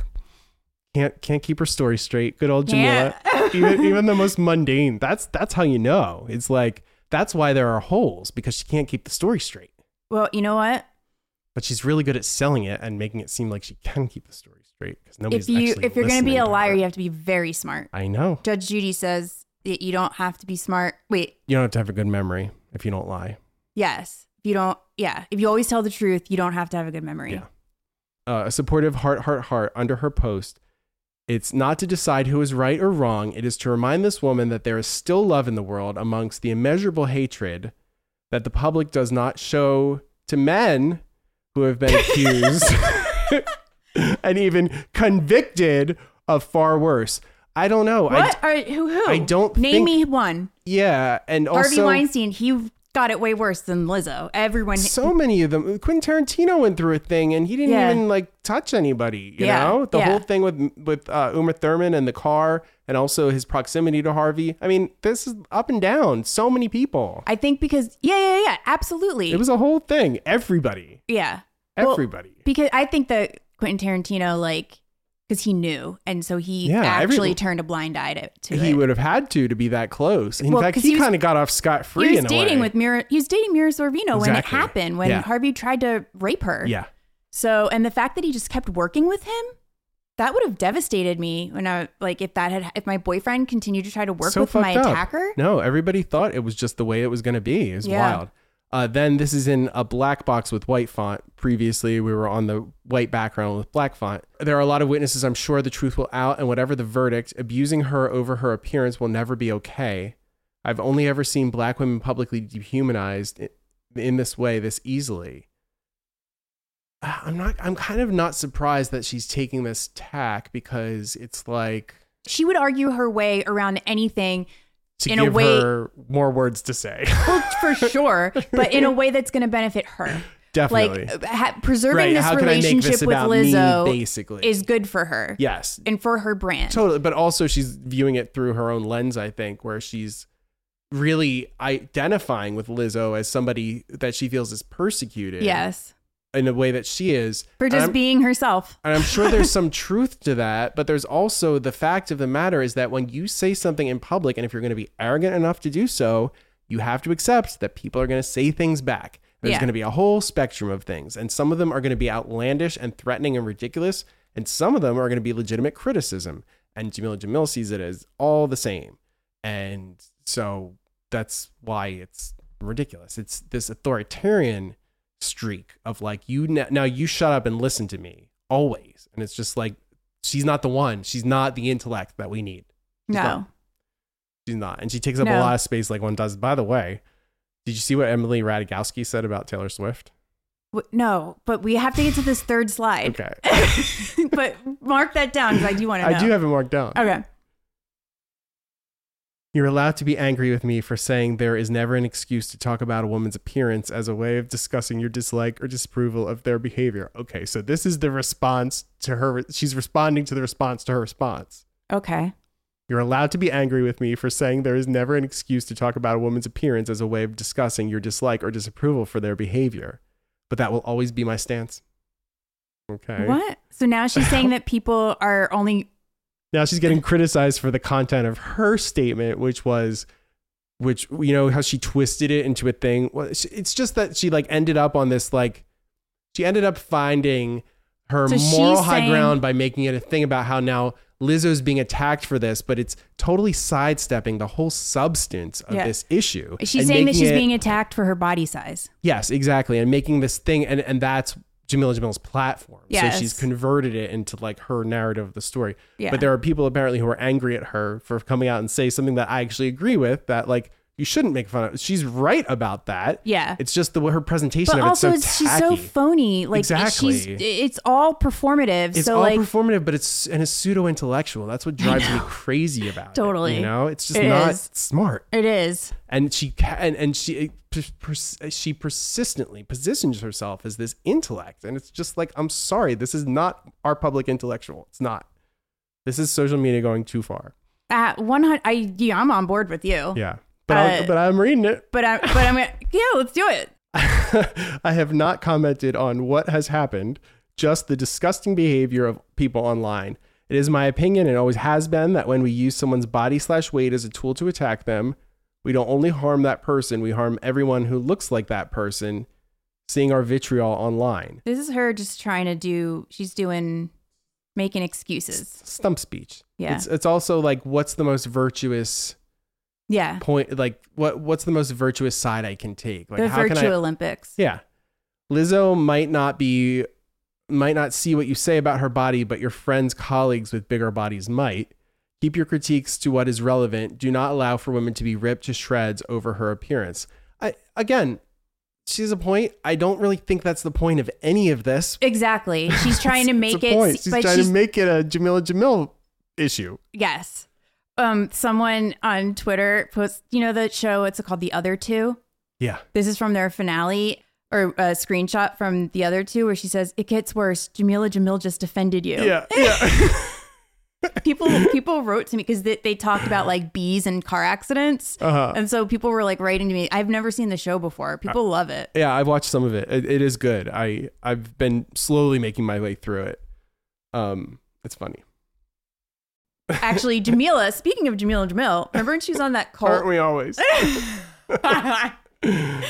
Can't can't keep her story straight. Good old Jamila
Yeah.
even even the most mundane that's that's how you know it's like that's why there are holes because she can't keep the story straight
Well, you know what?
but she's really good at selling it and making it seem like she can keep the story straight because nobody's
if you
actually
if you're gonna be
listening
a
her.
liar, you have to be very smart.
i know
Judge Judy says that you don't have to be smart. Wait,
you don't have to have a good memory if you don't lie
yes. If you don't yeah. If you always tell the truth, you don't have to have a good memory.
Yeah. uh, a supportive heart heart heart under her post it's not to decide who is right or wrong it is to remind this woman that there is still love in the world amongst the immeasurable hatred that the public does not show to men who have been accused and even convicted of far worse. I don't know. I d-
What are who who?
I don't
name
think-
me one.
yeah, and
Harvey
also
Weinstein, he got it way worse than Lizzo. Everyone
so many of them. Quentin Tarantino went through a thing, and he didn't
Yeah.
even like touch anybody. You
Yeah,
know, the
yeah.
whole thing with with uh, Uma Thurman and the car, and also his proximity to Harvey. I mean, this is up and down. So many people.
I think because yeah, yeah, yeah, absolutely.
It was a whole thing. Everybody,
yeah. Well,
everybody.
because I think that Quentin Tarantino, like, because he knew, and so he
Yeah, every-
actually turned a blind eye to, to
he
it.
would have had to to be that close. In
Well,
fact,
'cause
he,
he was-
kind of got off scot free.
he was
in a
dating
way.
with Mira. He was dating Mira Sorvino when it
Exactly.
happened, when
Yeah.
Harvey tried to rape her.
yeah.
So, and the fact that he just kept working with him, that would have devastated me when I like if that had if my boyfriend continued to try to work with my
fucked up.
attacker.
No, everybody thought it was just the way it was going to be. It was
Yeah.
wild. Uh, then this is in a black box with white font. Previously, we were on the white background with black font. There are a lot of witnesses. I'm sure the truth will out, and whatever the verdict, abusing her over her appearance will never be okay. I've only ever seen black women publicly dehumanized i- in this way this easily. Uh, I'm not. I'm kind of not surprised that she's taking this tack because it's like
She would argue her way around anything
to
In a
give
way-
her more words to say.
for sure, but in a way that's going to benefit her.
Definitely.
Like ha- preserving
right.
this
How can I make
relationship
this
with
about
Lizzo
me, basically?
is good for her
yes.
and for her brand.
Totally. But also, she's viewing it through her own lens, I think, where she's really identifying with Lizzo as somebody that she feels is persecuted
Yes.
in a way that she is.
For
And
just
I'm-
being herself.
And I'm sure there's some truth to that, but there's also the fact of the matter is that when you say something in public, and if you're going to be arrogant enough to do so, you have to accept that people are going to say things back. There's
Yeah.
going to be a whole spectrum of things, and some of them are going to be outlandish and threatening and ridiculous, and some of them are going to be legitimate criticism. And Jamila Jamil sees it as all the same, and so that's why it's ridiculous. It's this authoritarian streak of like you ne- now you shut up and listen to me always and it's just like she's not the one she's not the intellect that we need
No.
not. she's not and she takes up a
No.
lot of space like one does by the way did you see what emily radikowski said about taylor swift
W- No, but we have to get to this third slide.
okay
but mark that down because I do want to know.
i do have it marked down
Okay.
You're allowed to be angry with me for saying there is never an excuse to talk about a woman's appearance as a way of discussing your dislike or disapproval of their behavior. Okay, so this is the response to her. She's responding to the response to her response.
Okay.
You're allowed to be angry with me for saying there is never an excuse to talk about a woman's appearance as a way of discussing your dislike or disapproval for their behavior, but that will always be my stance. Okay.
What? So now she's saying that people are only
Now she's getting criticized for the content of her statement, which was, which you know how she twisted it into a thing. Well, it's- It's just that she like ended up on this like, She ended up finding her
So she's
moral high
saying-
ground by making it a thing about how now Lizzo's being attacked for this, but it's totally sidestepping the whole substance of
Yeah.
this issue.
She's
and
saying that
making
she's
it-
being attacked for her body size.
Yes, exactly. And making this thing and and that's Jamila Jamil's platform. So she's
Yes.
converted it into like her narrative of the story.
Yeah.
But there are people apparently who are angry at her for coming out and say something that I actually agree with that like you shouldn't make fun of. She's right about that.
Yeah.
It's just the her presentation
But
of it's
also,
so
it's, she's so
tacky.
phony. Like
Exactly.
she's, it's all performative.
It's
so
all
like,
performative, but it's and it's pseudo intellectual. That's what drives me crazy about it,
Totally.
you know, it's just
It
not
is.
smart.
it is.
and she ca- and, and she pers- pers- she persistently positions herself as this intellect and it's just like i'm sorry this is not our public intellectual it's not this is social media going too far
At one hundred, I yeah, I'm on board with you.
yeah but, I'll,
Uh,
but i'm reading it
But I, but I'm gonna, yeah, let's do it.
i have not commented on what has happened just the disgusting behavior of people online it is my opinion and always has been that when we use someone's body slash weight as a tool to attack them we don't only harm that person we harm everyone who looks like that person seeing our vitriol online
This is her just trying to do. She's doing, making excuses.
stump speech.
Yeah.
It's it's also like what's the most virtuous
Yeah,
point like what what's the most virtuous side I can take? Like
the
how
Virtue
can I
Olympics.
Yeah. Lizzo might not be might not see what you say about her body, but your friends, colleagues with bigger bodies might. Keep your critiques to what is relevant. Do not allow for women to be ripped to shreds over her appearance. I again, she's a point. I don't really think that's the point of any of this.
Exactly. She's trying to
It's
make
a
it.
point.
se-
She's
but
trying
she's,
to make it a Jamila Jamil issue.
yes. Um, someone on Twitter posts. You know the show. It's called The Other Two.
Yeah.
This is from their finale or a screenshot from the other two where she says, "It gets worse. Jamila Jamil just defended you."
Yeah, yeah.
People people wrote to me because they, they talked about like bees and car accidents,
Uh-huh.
and so people were like writing to me. I've never seen the show before.
Uh.
People love it.
yeah i've watched some of it. it it is good i i've been slowly making my way through it um it's funny
Actually, Jamila. speaking of Jamila Jamil, remember when she was on that
Aren't
cult?
we always? Goes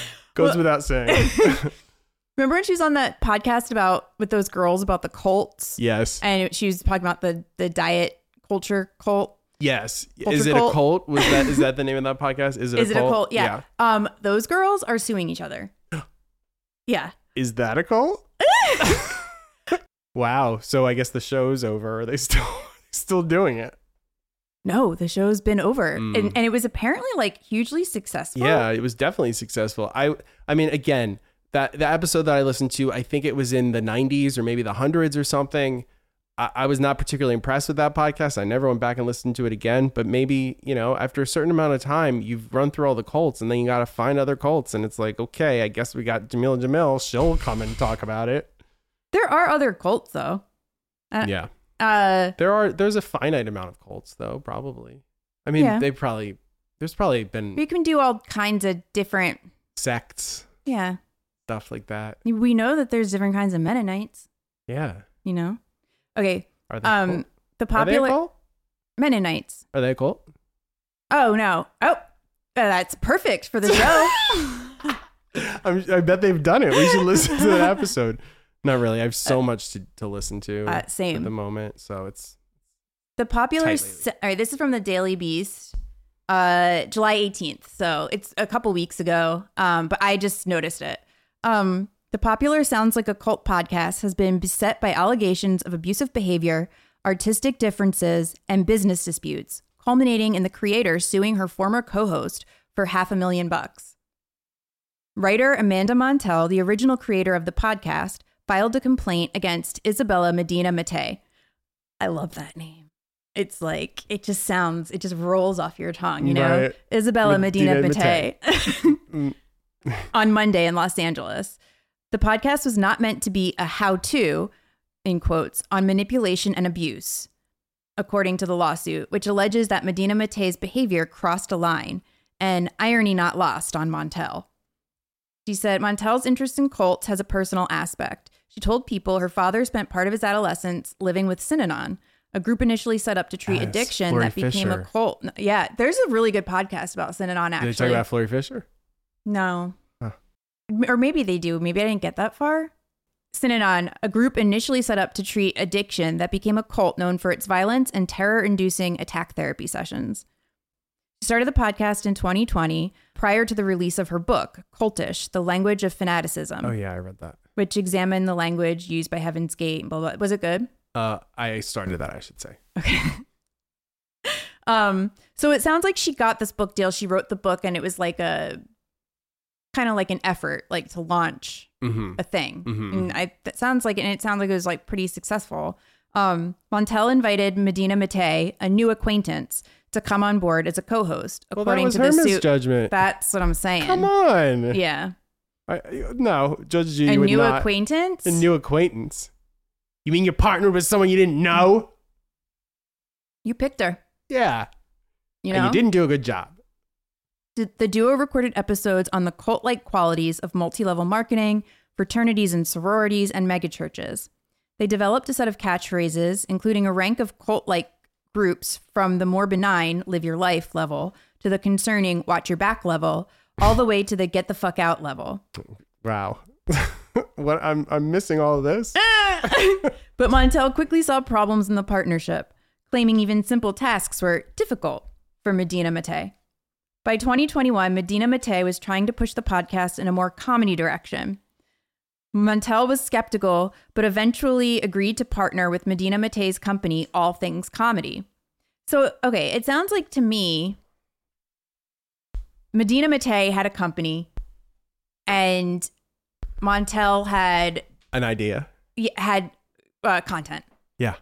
Well-
without saying.
remember when she was on that podcast about with those girls about the cults,
yes
and she was talking about the the diet culture cult
yes is
Culture
it a
cult.
cult was that is that the name of that podcast is it
Is it
a cult
a cult? Yeah. Um, those girls are suing each other. yeah.
Is that a cult? wow. So I guess the show's over. Are they still still doing it?
No, the show's been over.
Mm.
And and it was apparently like hugely successful.
yeah it was definitely successful i i mean again that the episode that i listened to i think it was in the 90s or maybe the hundreds or something I, I was not particularly impressed with that podcast i never went back and listened to it again but maybe you know after a certain amount of time you've run through all the cults and then you gotta find other cults and it's like okay i guess we got jamil jamil she'll come and talk about it
There are other cults though. Uh,
yeah
Uh
there are there's a finite amount of cults though probably i mean
Yeah.
they probably there's probably been
we can do all kinds of different
sects
yeah.
stuff like that
We know that there's different kinds of Mennonites,
yeah
you know? Okay.
are they a
Um
cult?
the
Are they a
popular
cult?
Mennonites.
Are they a cult?
Oh no. Oh that's perfect for the show.
I'm, I bet they've done it. We should listen to that episode.
episode? Not really. I have so much to, to listen to
uh,
at
same.
the moment. So it's
The popular.
Tightly.
Se- all right, this is from the Daily Beast, uh, July 18th. So it's a couple weeks ago, um, but I just noticed it. Um, the popular Sounds Like a Cult podcast has been beset by allegations of abusive behavior, artistic differences, and business disputes, culminating in the creator suing her former co host for half a million bucks. Writer Amanda Montell, the original creator of the podcast, filed a complaint against Isabella Medina Mate. I love that name. It's like it just sounds, it just rolls off your tongue, you know.
Right.
Isabella Medina,
Medina
Mate on Monday in Los Angeles. The podcast was not meant to be a how-to in quotes on manipulation and abuse according to the lawsuit, which alleges that Medina Mate's behavior crossed a line, an irony not lost on Montel. She said Montel's interest in cults has a personal aspect. She told people her father spent part of his adolescence living with Synanon, a group initially set up to treat
Yes,
addiction
Lori
that became
Fisher.
a cult. Yeah, there's a really good podcast about Synanon
did
actually.
they talk about Flory Fisher?
no.
Huh.
M- Or maybe they do. Maybe I didn't get that far. Synanon, a group initially set up to treat addiction that became a cult known for its violence and terror inducing attack therapy sessions. She started the podcast in 2020 prior to the release of her book, Cultish The Language of Fanaticism,
Oh yeah, I read that.
which examined the language used by Heaven's Gate. and Blah, blah. Was it good?
Uh, I started that. I should say.
Um, so it sounds like she got this book deal. She wrote the book and it was like a kind of like an effort like to launch
Mm-hmm.
a thing.
Mhm.
And I that sounds like and it sounds like it was like pretty successful. Um, Montel invited Medina Mate, a new acquaintance, to come on board as a co-host,
Well, that
according
was
to
her
the suit.
misjudgment.
That's what I'm saying.
Come on.
Yeah.
I, no, Judge G
A
would
new
not.
acquaintance?
A new acquaintance.
You mean you partnered with someone you didn't know?
you picked her.
Yeah.
You know?
And you didn't do a good job.
The- The duo recorded episodes on the cult like qualities of multi level marketing, fraternities and sororities, and megachurches. They developed a set of catchphrases, including a rank of cult like groups from the more benign live your life level to the concerning watch your back level, all the way to the get the fuck out level.
Wow. what I'm I'm missing all of this.
Eh. But Montel quickly saw problems in the partnership, claiming even simple tasks were difficult for Medina Mate. By 2021, Medina Mate was trying to push the podcast in a more comedy direction. Montel was skeptical, but eventually agreed to partner with Medina Mate's company, All Things Comedy. So, okay, it sounds like to me, Medina Mate had a company, and Montel had
An idea.
y- had uh, content
Yeah.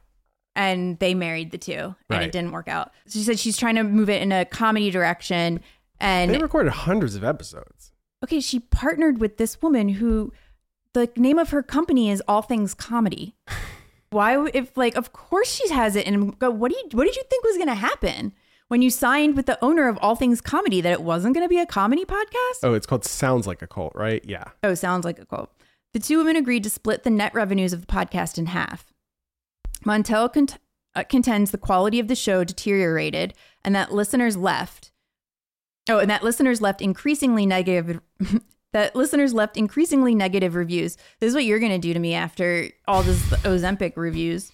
and they married the two and it
Right.
didn't work out. So she said she's trying to move it in a comedy direction and
They recorded hundreds of episodes.
okay, she partnered with this woman who the name of her company is All Things Comedy. Why would- if like of course she has it and go what do you what did you think was going to happen when you signed with the owner of All Things Comedy that it wasn't going to be a comedy podcast?
Oh, it's called Sounds Like a Cult, right? Yeah.
Oh, sounds like a quote. The two women agreed to split the net revenues of the podcast in half. Montel cont- uh, contends the quality of the show deteriorated and that listeners left. Oh, and that listeners left increasingly negative. that listeners left increasingly negative reviews. This is what you're going to do to me after all this Ozempic reviews.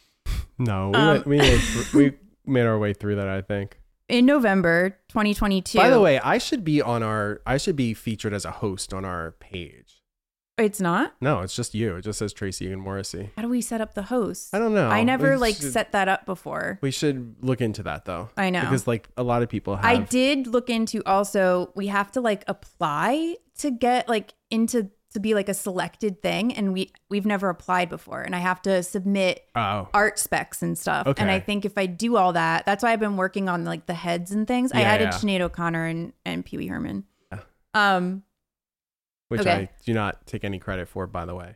No, we,
Um,
went, we, made, we made our way through that, I think.
In November 2022.
By the way, I should be on our, I should be featured as a host on our page.
it's not.
No, it's just you. It just says Tracy and Morrissey.
How do we set up the host?
I don't know.
I never
We
like
should-
set that up before.
We should look into that though.
I know.
Because like a lot of people have.
I did look into also we have to like apply to get like into to be like a selected thing and we we've never applied before and I have to submit
Oh.
art specs and stuff. And I
Okay.
think if I do all that, that's why I've been working on like the heads and things. I
Yeah,
added
yeah.
Sinead O'Connor and, and Pee Wee Herman.
Yeah.
Um
Which
okay.
I do not take any credit for, by the way.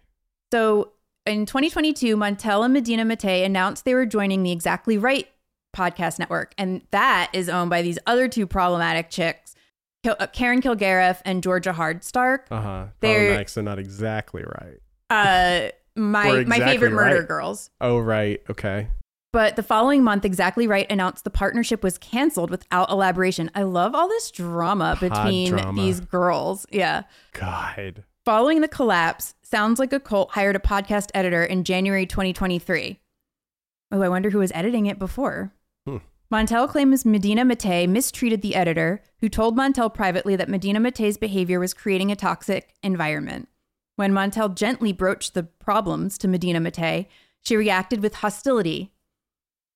So in 2022, Montel and Medina Mate announced they were joining the Exactly Right podcast network, and that is owned by these other two problematic chicks, Kil- uh, Karen Kilgariff and Georgia Hardstark.
Uh huh.
They're-
Problematic's are not exactly right.
Uh, my
We're
my favorite
exactly
murder
right.
girls.
Oh right. Okay.
But the following month, Exactly Right announced the partnership was canceled without elaboration. I love all this drama
Pod
between
drama.
these girls. Yeah.
God.
Following the collapse, Sounds Like a Cult hired a podcast editor in January 2023. Oh, I wonder who was editing it before.
Hmm.
Montel claims Medina Mate mistreated the editor, who told Montel privately that Medina Mate's behavior was creating a toxic environment. When Montel gently broached the problems to Medina Mate, she reacted with hostility.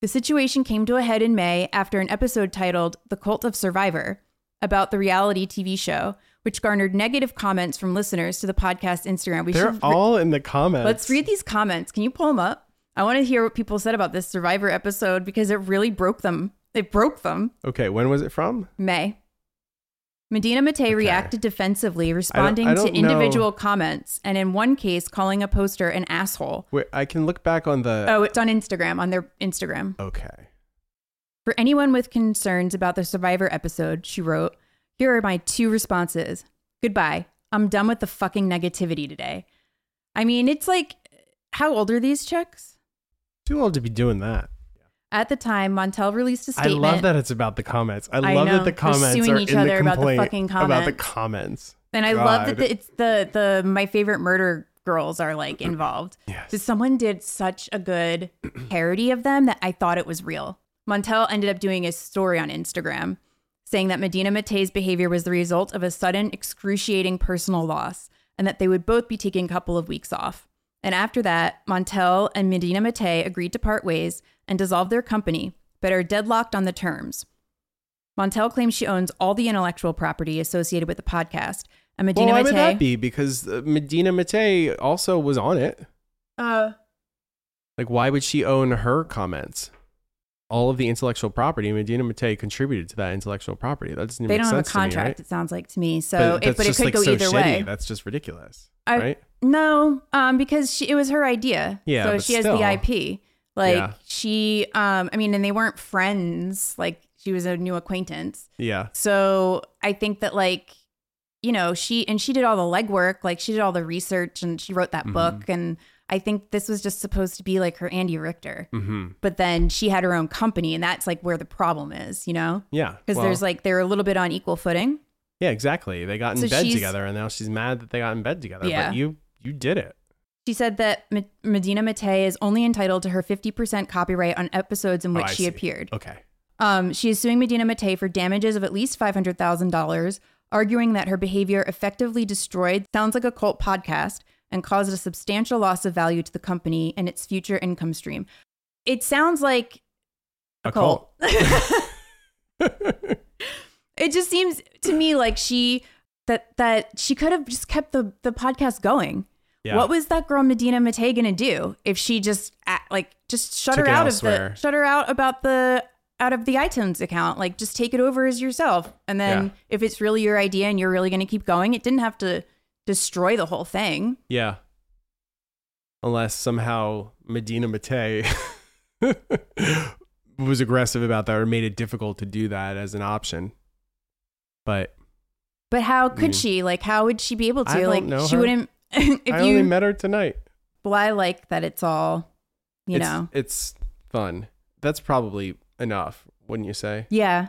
The situation came to a head in May after an episode titled The Cult of Survivor about the reality TV show, which garnered negative comments from listeners to the podcast Instagram. We
They're
should re-
all in the comments.
let's read these comments. Can you pull them up? I want to hear what people said about this Survivor episode because it really broke them. It broke them.
Okay. When was it from?
May. Medina Mate reacted defensively, responding
I don't
to
know.
individual comments, and in one case, calling a poster an asshole.
Wait, I can look back on the.
Oh, it's on Instagram, on their Instagram.
Okay.
For anyone with concerns about the Survivor episode, she wrote, Here are my two responses. Goodbye. I'm done with the fucking negativity today. I mean, it's like, how old are these chicks?
Too old to be doing that.
At the time, Montel released a
I
statement.
love that it's about the comments. I
I
love
know.
that
They're
the comments
suing
are
each
in
other
the
about the
complaint
fucking
about the
comments.
comments.
And I love that
God.
the, it's the, the My Favorite Murder girls are like involved.
Yes.
So someone did such a good parody of them that I thought it was real. Montel ended up doing a story on Instagram saying that Medina Matei's behavior was the result of a sudden, excruciating personal loss and that they would both be taking a couple of weeks off. And after that, Montel and Medina Matei agreed to part ways and dissolve their company, but are deadlocked on the terms. Montel claims she owns all the intellectual property associated with the podcast, and Medina
well, why
Matei.
would that be? Because uh, Medina Matei also was on it.
Uh,
Like, why would she own her comments? All of the intellectual property, Medina Matei contributed to that intellectual property. That doesn't even
they
make
don't have a
sense to me,
contract.
right?
It sounds like to me. So, it,
that's
but it
just,
could
like,
go
so
either
shitty.
way.
That's just ridiculous,
I-
right?
No, um, because she, it was her idea.
Yeah,
so
but
she
still.
has the IP. Like
Yeah.
she, um, I mean, and they weren't friends. Like she was a new acquaintance.
Yeah,
So I think that like, you know, she and she did all the legwork. Like she did all the research and she wrote that
Mm-hmm.
book. And I think this was just supposed to be like her Andy Richter.
mm-hmm.
But then she had her own company, and that's like where the problem is, you know,
yeah.
because
well,
there's like they're a little bit on equal footing.
yeah, exactly. They got in
So
bed
she's-
together, and now she's mad that they got in bed together.
Yeah.
But you, you did it.
She said that Me- Medina Matei is only entitled to her 50% copyright on episodes in
Oh,
which
I
she
see.
appeared.
Okay.
Um, she is suing Medina Matei for damages of at least $500,000, arguing that her behavior effectively destroyed Sounds Like a Cult podcast and caused a substantial loss of value to the company and its future income stream. It sounds like
A
cult.
cult.
it just seems to me like she that that she could have just kept the the podcast going.
yeah.
What was that girl Medina Matei gonna do if she just act, like just shut
Took
her
it
out of
elsewhere.
the shut her out about the out of the iTunes account? Like just take it over as yourself, and then
Yeah.
if it's really your idea and you're really gonna keep going, it didn't have to destroy the whole thing.
Yeah. Unless somehow Medina Matei was aggressive about that or made it difficult to do that as an option. But
But how could
Mm.
she? Like how would she be able to?
I don't
like
know
she
her.
wouldn't. if
I
you,
only met her tonight.
well, I like that it's all, you
it's,
know,
It's fun. That's probably enough, wouldn't you say?
yeah.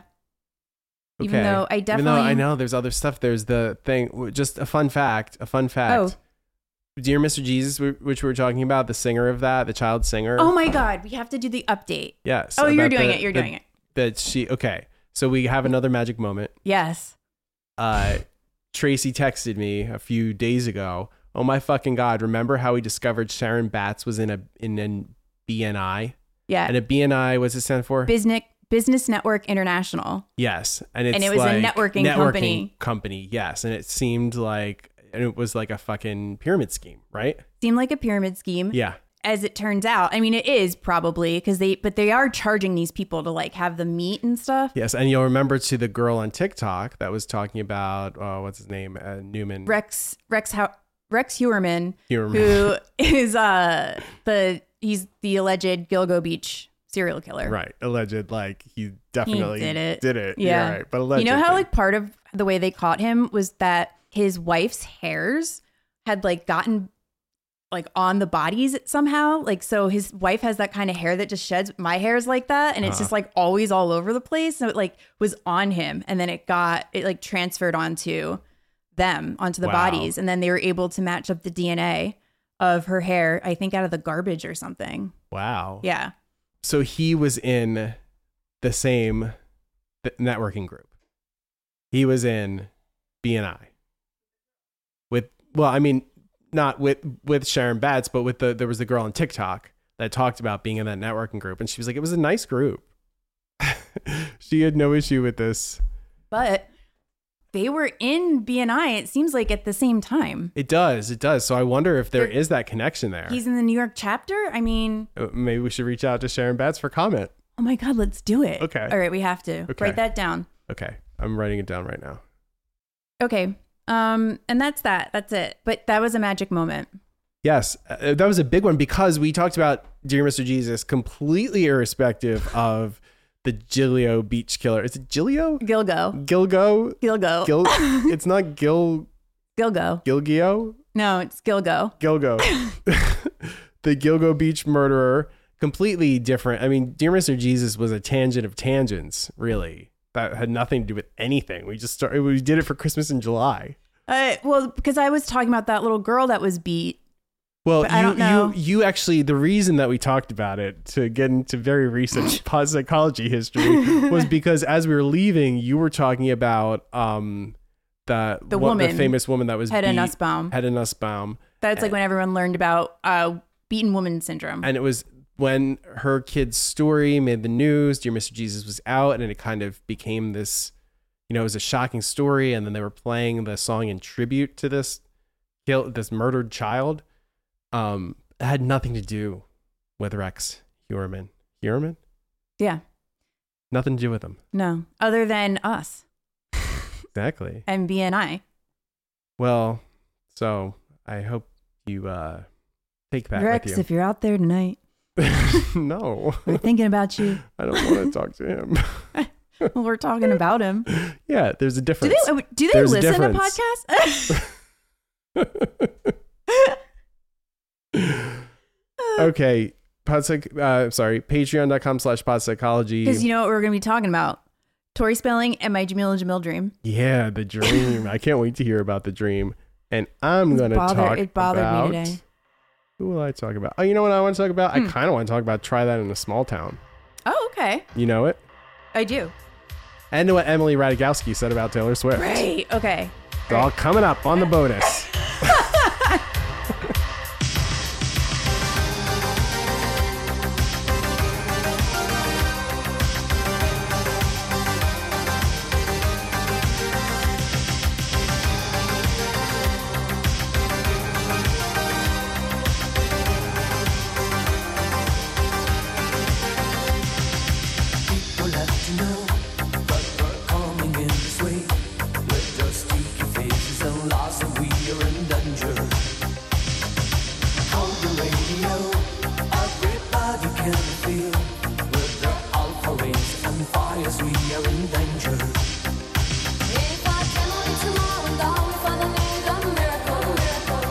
Okay.
Even though I
Even though I
definitely-
know there's other stuff. There's the thing. w- Just a fun fact. A fun
Oh.
fact. Dear Mr. Jesus, wh- which we were talking about, the singer of that, the child singer.
Oh my God, we have to do the update.
Yes.
oh, you're
about
doing
the-
it. You're
the-
doing it.
That she. Okay. So we have another magic moment.
Yes.
uh, Tracy texted me a few days ago. Oh my fucking god! Remember how we discovered Sharon Batts was in a in an BNI
Yeah.
and a BNI what's it stand for?
business business network international
yes, and it's
And it was a
like
networking company.
Company, yes, and it seemed like and it was like a fucking pyramid scheme, right?
seemed like a pyramid scheme
Yeah,
as it turns out i mean it is probably because they but they are charging these people to like have the meat and stuff
yes, and you'll remember to the girl on TikTok that was talking about uh, what's his name uh, Newman.
rex rex how rex huerman
you remember?
who is uh the he's the alleged gilgo beach serial killer
Right, alleged. Like he definitely
did it.
Did it.
Yeah.
You're right. But alleged.
you know how
thing.
like part of the way they caught him was that his wife's hairs had like gotten like on the bodies somehow like so his wife has that kind of hair that just sheds my hair is like that and it's
Uh-huh.
just like always all over the place so it like was on him and then it got it like transferred onto them onto the
Wow.
bodies and then they were able to match up the dna of her hair i think out of the garbage or something
Wow.
yeah
so he was in the same th- networking group. He was in BNI with well, I mean, not with with Sharon Batts, but with the there was the girl on TikTok that talked about being in that networking group, and she was like, it was a nice group. she had no issue with this.
but they were in bni it seems like at the same time
It does, it does. So I wonder if there
There-
is that connection there.
He's in the New York chapter. I mean,
Uh, Maybe we should reach out to Sharon Batts for comment.
oh my God, let's do it.
Okay.
All right, we have to
Okay.
write that down.
Okay, I'm writing it down right now.
Okay. Um, and that's that. That's it. But that was a magic moment.
Yes, uh, that was a big one because we talked about Dear Mr. Jesus completely irrespective of the Gilio Beach Killer. Is it Gilio?
Gilgo.
Gilgo?
Gilgo.
Gil? it's not Gil
Gilgo.
Gilgio.
No, it's Gilgo.
Gilgo. the Gilgo Beach murderer. Completely different. I mean, Dear Mr. Jesus was a tangent of tangents, really. That had nothing to do with anything. We just started. We did it for Christmas in July.
Uh, well, because I was talking about that little girl that was beat
Well,
But I don't know.
you you actually the reason that we talked about it to get into very recent pos- psychology history was because as we were leaving, you were talking about um that
The
wo-
woman.
the famous woman that was
Hedda
beat-
Nussbaum.
Hedda Nussbaum,
That's like when everyone learned about uh, beaten woman syndrome.
and it was when her kid's story made the news dear mr jesus was out and it kind of became this you know it was a shocking story and then they were playing the song in tribute to this kill this murdered child um it had nothing to do with rex huerman huerman
yeah.
nothing to do with him
No. Other than us
exactly
and BNI.
well so i hope you uh take that
Rex,
with
if you're out there tonight,
you no
we're thinking about you.
i don't want to talk to him
Well, we're talking about him.
yeah there's a
Do
difference
they oh, do they
There's a
listen to
difference.
podcasts?
Oh,
Oh,
okay. Pod psych- uh, sorry, patreon.com slash pod psychology.
Because you know what we're gonna be talking about. Tori Spelling and my Jamila Jamil dream.
yeah, the dream. I can't wait to hear about the dream. And I'm
It's
going to
bother-
talk
it bothered me
about-
today. Hmm.
Who will I talk about? Oh, you know what I want to talk about? I kind of want to talk about Try That in a Small Town.
Oh, okay.
You know it?
I do.
And what Emily Ratajkowski said about Taylor Swift.
Great. Okay.
It's all coming up on the bonus.
People have to know what we're coming in this way. With their sticky faces and lies that we are in danger. On the radio, everybody can feel. With their alpha rays and fires, we are in danger.
If I can only tomorrow, darling, Father made a miracle, miracle.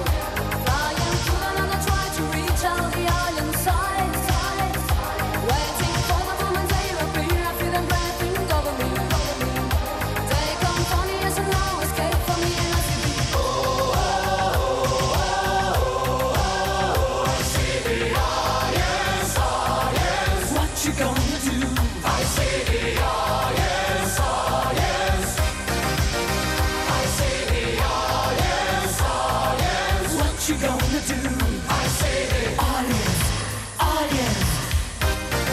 Flying through the land, I try to reach out the island side, side, Waiting for the woman's air appear, I feel them breathing over me, over me. They come for me as no escape for me, and I see
What you gonna do? I say the yes, ah yes. I say the yes, ah yes. What you gonna do? I say the yes, ah yes.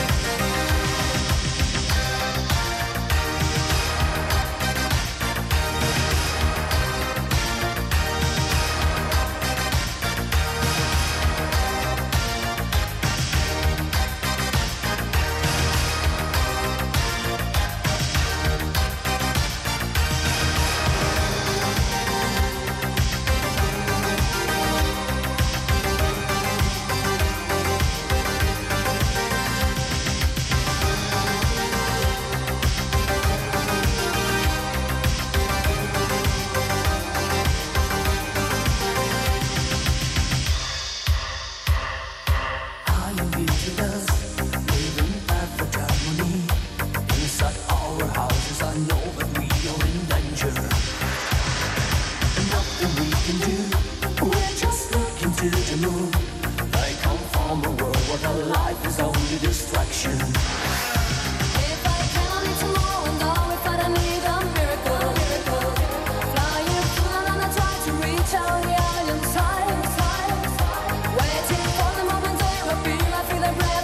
I am vigilous, living perfect harmony. Inside our houses, I know that we are in danger. Nothing we can do, we're just looking to the moon. They come from a world where the life is only distraction.
If I can only tomorrow, darling, Father made a miracle, miracle. Flying through the land, I try to reach out the island side, side, Waiting for the moment they appear, I feel them breath
"Ah, "Ah,